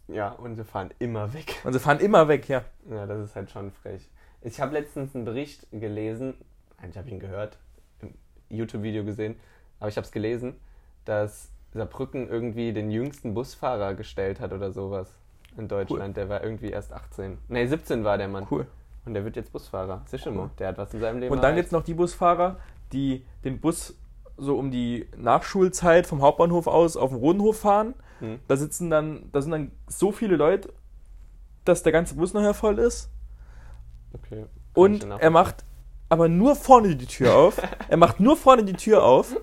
Speaker 2: Ja, und sie fahren immer weg.
Speaker 1: Und Also, sie fahren immer weg, ja.
Speaker 2: Ja, das ist halt schon frech. Ich habe letztens einen Bericht gelesen, eigentlich habe ich ihn gehört, im YouTube-Video gesehen, aber ich habe es gelesen, dass Saarbrücken irgendwie den jüngsten Busfahrer gestellt hat oder sowas in Deutschland. Der war irgendwie erst 18. Nee, 17 war der Mann.
Speaker 1: Cool.
Speaker 2: Und der wird jetzt Busfahrer. Sischemo, der hat was in seinem Leben Ah,
Speaker 1: Und dann
Speaker 2: erreicht.
Speaker 1: jetzt noch die Busfahrer, die den Bus so um die Nachschulzeit vom Hauptbahnhof aus auf den Rodenhof fahren.
Speaker 2: Hm.
Speaker 1: Da sitzen dann, da sind dann so viele Leute, dass der ganze Bus nachher voll ist.
Speaker 2: Okay, kann ich
Speaker 1: Und
Speaker 2: dann auch-
Speaker 1: er macht aber nur vorne die Tür auf. er macht nur vorne die Tür auf,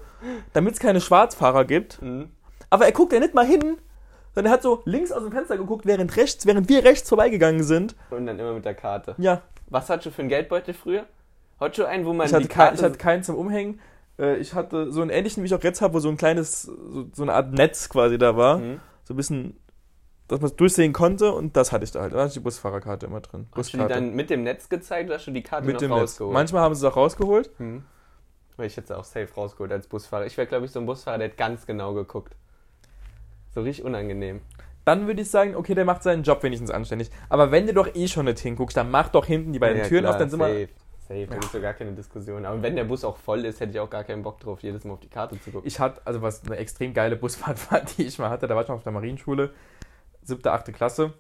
Speaker 1: damit es keine Schwarzfahrer gibt.
Speaker 2: Hm.
Speaker 1: Aber er guckt ja nicht mal hin, sondern er hat so links aus dem Fenster geguckt, während rechts, während wir rechts vorbeigegangen sind.
Speaker 2: Und dann immer mit der Karte.
Speaker 1: Ja,
Speaker 2: Was hattest du für einen Geldbeutel früher? Hattest du einen, wo man
Speaker 1: ich hatte,
Speaker 2: die
Speaker 1: kein,
Speaker 2: Karte...
Speaker 1: ich hatte keinen zum Umhängen. Äh, Ich hatte so einen ähnlichen, wie ich auch jetzt habe, wo so ein kleines, so, so eine Art Netz quasi da war.
Speaker 2: Hm.
Speaker 1: So ein bisschen, dass man es durchsehen konnte und das hatte ich da halt. Da hatte ich die Busfahrerkarte immer drin.
Speaker 2: Hast du die
Speaker 1: Buskarte.
Speaker 2: dann mit dem Netz gezeigt oder hast du die Karte noch
Speaker 1: mit dem Netz.
Speaker 2: rausgeholt?
Speaker 1: Manchmal haben sie es auch rausgeholt.
Speaker 2: Hm. Wäre ich jetzt auch safe rausgeholt als Busfahrer. Ich wäre, glaube ich, so ein Busfahrer, der hat ganz genau geguckt. So richtig unangenehm.
Speaker 1: dann würde ich sagen, okay, der macht seinen Job wenigstens anständig. Aber wenn du doch eh schon nicht hinguckst, dann mach doch hinten die beiden
Speaker 2: Ja,
Speaker 1: Türen
Speaker 2: klar,
Speaker 1: auf, dann sind wir.
Speaker 2: safe. Safe, da gibt's so gar keine Diskussion. Aber wenn der Bus auch voll ist, hätte ich auch gar keinen Bock drauf, jedes Mal auf die Karte zu gucken.
Speaker 1: Ich hatte, also was eine extrem geile Busfahrt [laughs] war, die ich mal hatte, da war ich mal auf der Marienschule, siebte, achte Klasse.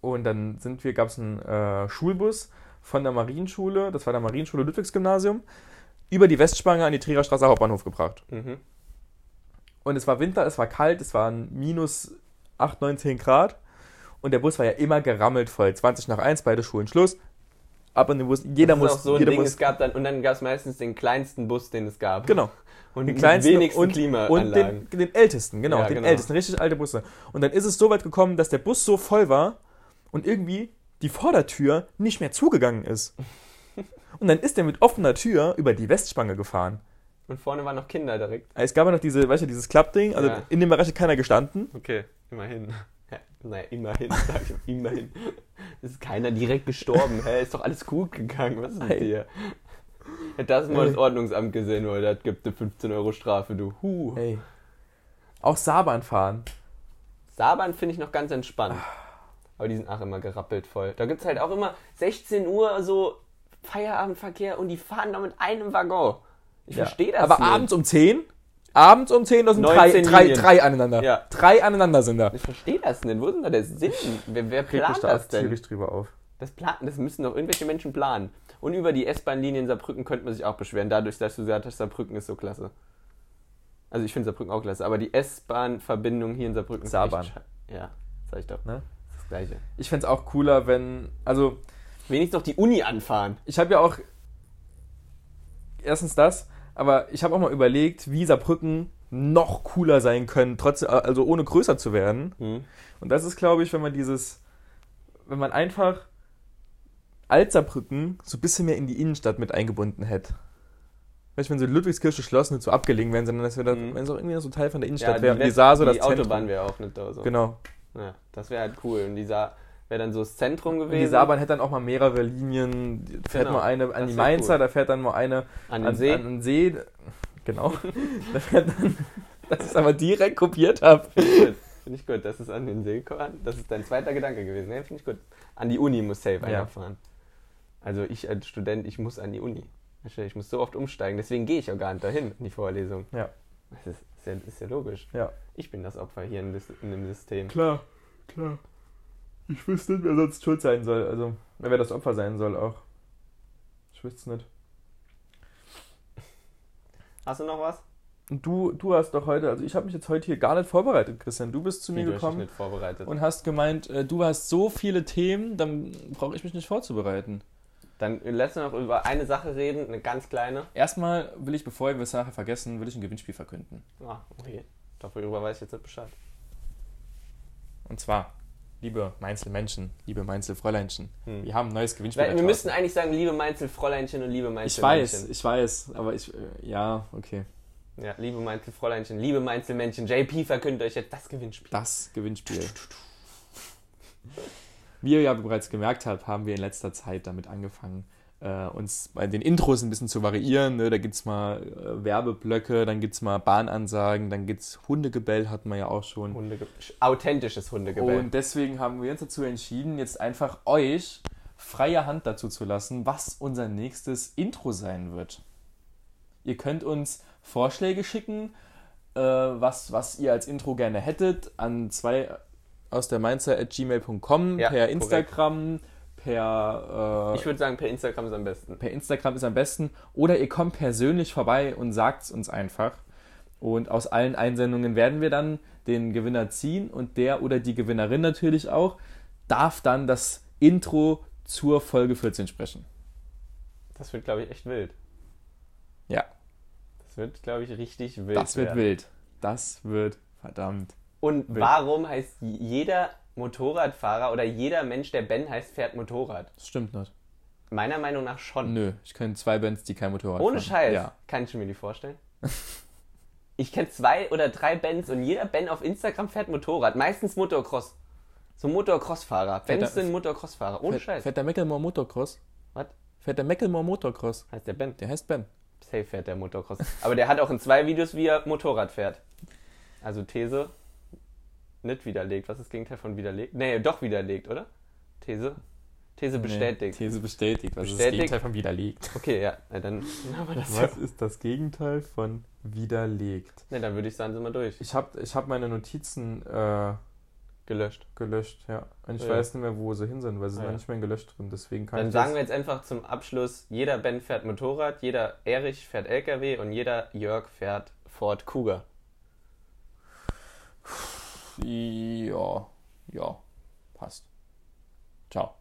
Speaker 1: Und dann sind wir, gab es einen äh, Schulbus von der Marienschule, das war der Marienschule Ludwigsgymnasium, über die Westspange an die Trierer Straße Hauptbahnhof gebracht.
Speaker 2: Mhm.
Speaker 1: Und es war Winter, es war kalt, es waren minus 8, 9, 10 Grad. Und der Bus war ja immer gerammelt voll. 20 nach 1, beide Schulen Schluss. Ab in den Bus, jeder
Speaker 2: das ist
Speaker 1: muss,
Speaker 2: auch so ein
Speaker 1: jeder
Speaker 2: Ding,
Speaker 1: muss.
Speaker 2: es gab dann, und dann gab es meistens den kleinsten Bus, den es gab. [laughs]
Speaker 1: Genau.
Speaker 2: Und
Speaker 1: Den
Speaker 2: den
Speaker 1: kleinsten
Speaker 2: wenigsten
Speaker 1: und, und
Speaker 2: Klimaanlagen.
Speaker 1: den, den ältesten, genau,
Speaker 2: Ja,
Speaker 1: den
Speaker 2: genau.
Speaker 1: ältesten, richtig alte Busse. Und dann ist es so weit gekommen, dass der Bus so voll war und irgendwie die Vordertür nicht mehr zugegangen
Speaker 2: [laughs]
Speaker 1: ist. Und dann ist er mit offener Tür über die Westspange gefahren.
Speaker 2: und vorne waren noch Kinder direkt.
Speaker 1: Es gab ja noch diese, weißt du, dieses Klappding, also
Speaker 2: Ja.
Speaker 1: in dem Bereich hat keiner gestanden.
Speaker 2: Okay, immerhin. [laughs] Ja, naja, immerhin, sag ich, immerhin. Es ist keiner direkt gestorben. Hä, ist doch alles gut gegangen. Was ist mit
Speaker 1: Ey.
Speaker 2: dir? Hätte das mal
Speaker 1: Ey.
Speaker 2: das Ordnungsamt gesehen, weil das gibt eine 15 Euro Strafe, du. Huh.
Speaker 1: Ey. Auch Saarbahn fahren.
Speaker 2: Saban finde ich noch ganz entspannt. Aber die sind auch immer gerappelt voll. Da gibt es halt auch immer 16 Uhr so Feierabendverkehr und die fahren da mit einem Waggon. Ich verstehe das
Speaker 1: Aber
Speaker 2: nicht.
Speaker 1: abends um 10? Abends um 10, da sind drei,
Speaker 2: 19
Speaker 1: drei,
Speaker 2: Linien.
Speaker 1: drei aneinander.
Speaker 2: Ja.
Speaker 1: Drei aneinander sind da.
Speaker 2: Ich verstehe das nicht. Wo ist denn da der Sinn? Wer, wer
Speaker 1: Reg mich
Speaker 2: plant
Speaker 1: da
Speaker 2: das denn?
Speaker 1: tierisch drüber auf.
Speaker 2: Das, plan, das müssen doch irgendwelche Menschen planen. Und über die S-Bahn-Linien Saarbrücken könnte man sich auch beschweren, dadurch, dass du gesagt hast, Saarbrücken ist so klasse. Also ich finde Saarbrücken auch klasse, aber die S-Bahn-Verbindung hier in Saarbrücken ist
Speaker 1: Saarbahn.
Speaker 2: echt sche- Ja, sag ich doch.
Speaker 1: Ne?
Speaker 2: Das ist das Gleiche.
Speaker 1: Ich fände es auch cooler, wenn. Also,
Speaker 2: Wenigstens noch die Uni anfahren.
Speaker 1: ich habe ja auch. Erstens das, aber ich habe auch mal überlegt, wie Saarbrücken noch cooler sein können, trotz, also ohne größer zu werden. Und das ist, glaube ich, wenn man dieses, wenn man einfach Altsaarbrücken so ein bisschen mehr in die Innenstadt mit eingebunden hätte. Weißt du, wenn so Ludwigskirche Schloss nicht so abgelegen wären, sondern dass wir dann,
Speaker 2: Mhm.
Speaker 1: wenn es auch irgendwie so ein Teil von der Innenstadt
Speaker 2: die
Speaker 1: wäre und die
Speaker 2: West-
Speaker 1: Saar so das
Speaker 2: die Autobahn
Speaker 1: Zentrum.
Speaker 2: wäre auch nicht da so.
Speaker 1: Genau.
Speaker 2: Ja, das wäre halt cool. Und die Saar wäre dann so das Zentrum
Speaker 1: Und
Speaker 2: gewesen.
Speaker 1: die Saarbahn hätte dann auch mal mehrere Linien, die fährt
Speaker 2: Genau.
Speaker 1: mal eine
Speaker 2: Das
Speaker 1: an die
Speaker 2: wär
Speaker 1: Mainzer,
Speaker 2: cool.
Speaker 1: da fährt dann mal eine
Speaker 2: an den See.
Speaker 1: An, den See. Genau. [laughs] da fährt dann, dass ich es aber direkt kopiert habe.
Speaker 2: Gut, Finde ich gut, dass es an den See kommt. Das ist dein zweiter Gedanke gewesen. Ja, Finde ich gut. An die Uni muss safe
Speaker 1: Ja.
Speaker 2: einer fahren. Also ich als Student, ich muss an die Uni. Ich muss so oft umsteigen, deswegen gehe ich auch gar nicht dahin in die Vorlesung.
Speaker 1: Ja.
Speaker 2: Das ist, ist, ja, ist ja logisch.
Speaker 1: Ja.
Speaker 2: Ich bin das Opfer hier in, dis- in dem System.
Speaker 1: Klar, klar. Ich wüsste nicht, wer sonst schuld sein soll. Also, wer das Opfer sein soll auch. Ich wüsste es nicht.
Speaker 2: Hast du noch was?
Speaker 1: Und du, du hast doch heute, also ich habe mich jetzt heute hier gar nicht vorbereitet, Christian. Du bist zu mir
Speaker 2: du hast dich
Speaker 1: gekommen
Speaker 2: nicht vorbereitet.
Speaker 1: und hast gemeint, äh, du hast so viele Themen, dann brauche ich mich nicht vorzubereiten.
Speaker 2: Dann lass uns noch über eine Sache reden, eine ganz kleine.
Speaker 3: Erstmal will ich, bevor wir es nachher vergessen, will ich ein Gewinnspiel verkünden.
Speaker 2: Ah, okay. Darüber weiß ich jetzt nicht Bescheid.
Speaker 1: Und zwar, liebe Mainzelmenschen, liebe Mainzelfräuleinchen,
Speaker 2: Hm.
Speaker 1: wir haben ein neues Gewinnspiel.
Speaker 2: Weil, wir müssten eigentlich sagen, liebe Mainzel-Fräuleinchen und liebe
Speaker 1: ich
Speaker 2: Mainzel-Männchen.
Speaker 1: weiß, ich weiß, aber ich, äh, ja, okay.
Speaker 2: Ja, liebe Mainzel-Fräuleinchen, liebe Mainzel-Männchen, JP verkündet euch jetzt das Gewinnspiel.
Speaker 1: das Gewinnspiel. Wie ihr ja bereits gemerkt habt, haben wir in letzter Zeit damit angefangen, äh, uns bei den Intros ein bisschen zu variieren. Ne? Da gibt es mal äh, Werbeblöcke, dann gibt es mal Bahnansagen, dann gibt es Hundegebell, hatten wir ja auch schon.
Speaker 2: Hundege authentisches Hundegebell.
Speaker 1: Und deswegen haben wir uns dazu entschieden, jetzt einfach euch freie Hand dazu zu lassen, was unser nächstes Intro sein wird. Ihr könnt uns Vorschläge schicken, äh, was, was ihr als Intro gerne hättet, an zwei äh, aus der Mainzer at gmail.com,
Speaker 2: Ja,
Speaker 1: per
Speaker 2: korrekt.
Speaker 1: Instagram, per,
Speaker 2: ich
Speaker 1: äh,
Speaker 2: würde sagen, per Instagram ist am besten.
Speaker 3: Per Instagram ist am besten. Oder ihr kommt persönlich vorbei und sagt es uns einfach. Und aus allen Einsendungen werden wir dann den Gewinner ziehen und der oder die Gewinnerin natürlich auch darf dann das Intro zur Folge 14 sprechen.
Speaker 2: Das wird, glaube ich, echt wild.
Speaker 3: Ja.
Speaker 2: Das wird, glaube ich, richtig wild.
Speaker 3: Das wird
Speaker 2: werden.
Speaker 3: wild. Das wird verdammt.
Speaker 2: Und
Speaker 3: Wild.
Speaker 2: warum heißt jeder Motorradfahrer oder jeder Mensch, der Ben heißt, fährt Motorrad?
Speaker 3: Das stimmt nicht.
Speaker 2: Meiner Meinung nach schon.
Speaker 3: Nö, ich kenne zwei Bands, die kein Motorrad
Speaker 2: Ohne
Speaker 3: fahren.
Speaker 2: Scheiß.
Speaker 3: Ja.
Speaker 2: Kann ich mir die vorstellen. ich kenne zwei oder drei Bands und jeder Band auf Instagram fährt Motorrad. Meistens Motocross. So Motocross-Fahrer. Bands
Speaker 3: der-
Speaker 2: sind Motocross-Fahrer. Ohne
Speaker 3: Fährt,
Speaker 2: Scheiß.
Speaker 3: fährt der Mecklenburg Motocross?
Speaker 2: Was?
Speaker 3: Fährt der Mecklenburg Motocross?
Speaker 2: Heißt der Ben.
Speaker 3: Der heißt Ben.
Speaker 2: Safe fährt der Motocross. Aber der hat auch in zwei Videos, wie er Motorrad fährt. Also These nicht widerlegt. Was ist das Gegenteil von widerlegt? Nee, doch widerlegt, oder? These? These bestätigt.
Speaker 3: Nee, These bestätigt. Was
Speaker 2: Bestätigt.
Speaker 1: von widerlegt?
Speaker 2: Okay, ja. Na, dann, [laughs] na, aber das
Speaker 1: Was ist das Gegenteil von widerlegt?
Speaker 2: nee, dann würde ich sagen, sind wir durch.
Speaker 1: Ich habe ich hab meine Notizen äh,
Speaker 2: Gelöscht.
Speaker 1: gelöscht, ja. Und ich
Speaker 2: Ja.
Speaker 1: weiß nicht mehr, wo sie hin sind, weil sie sind
Speaker 2: Ah,
Speaker 1: ja.
Speaker 2: ja.
Speaker 1: nicht mehr in gelöscht drin. Deswegen kann
Speaker 2: Dann
Speaker 1: ich
Speaker 2: sagen
Speaker 1: das-
Speaker 2: wir jetzt einfach zum Abschluss, jeder Ben fährt Motorrad, jeder Erich fährt LKW und jeder Jörg fährt Ford Cougar.
Speaker 3: Ja, ja, passt. Ciao.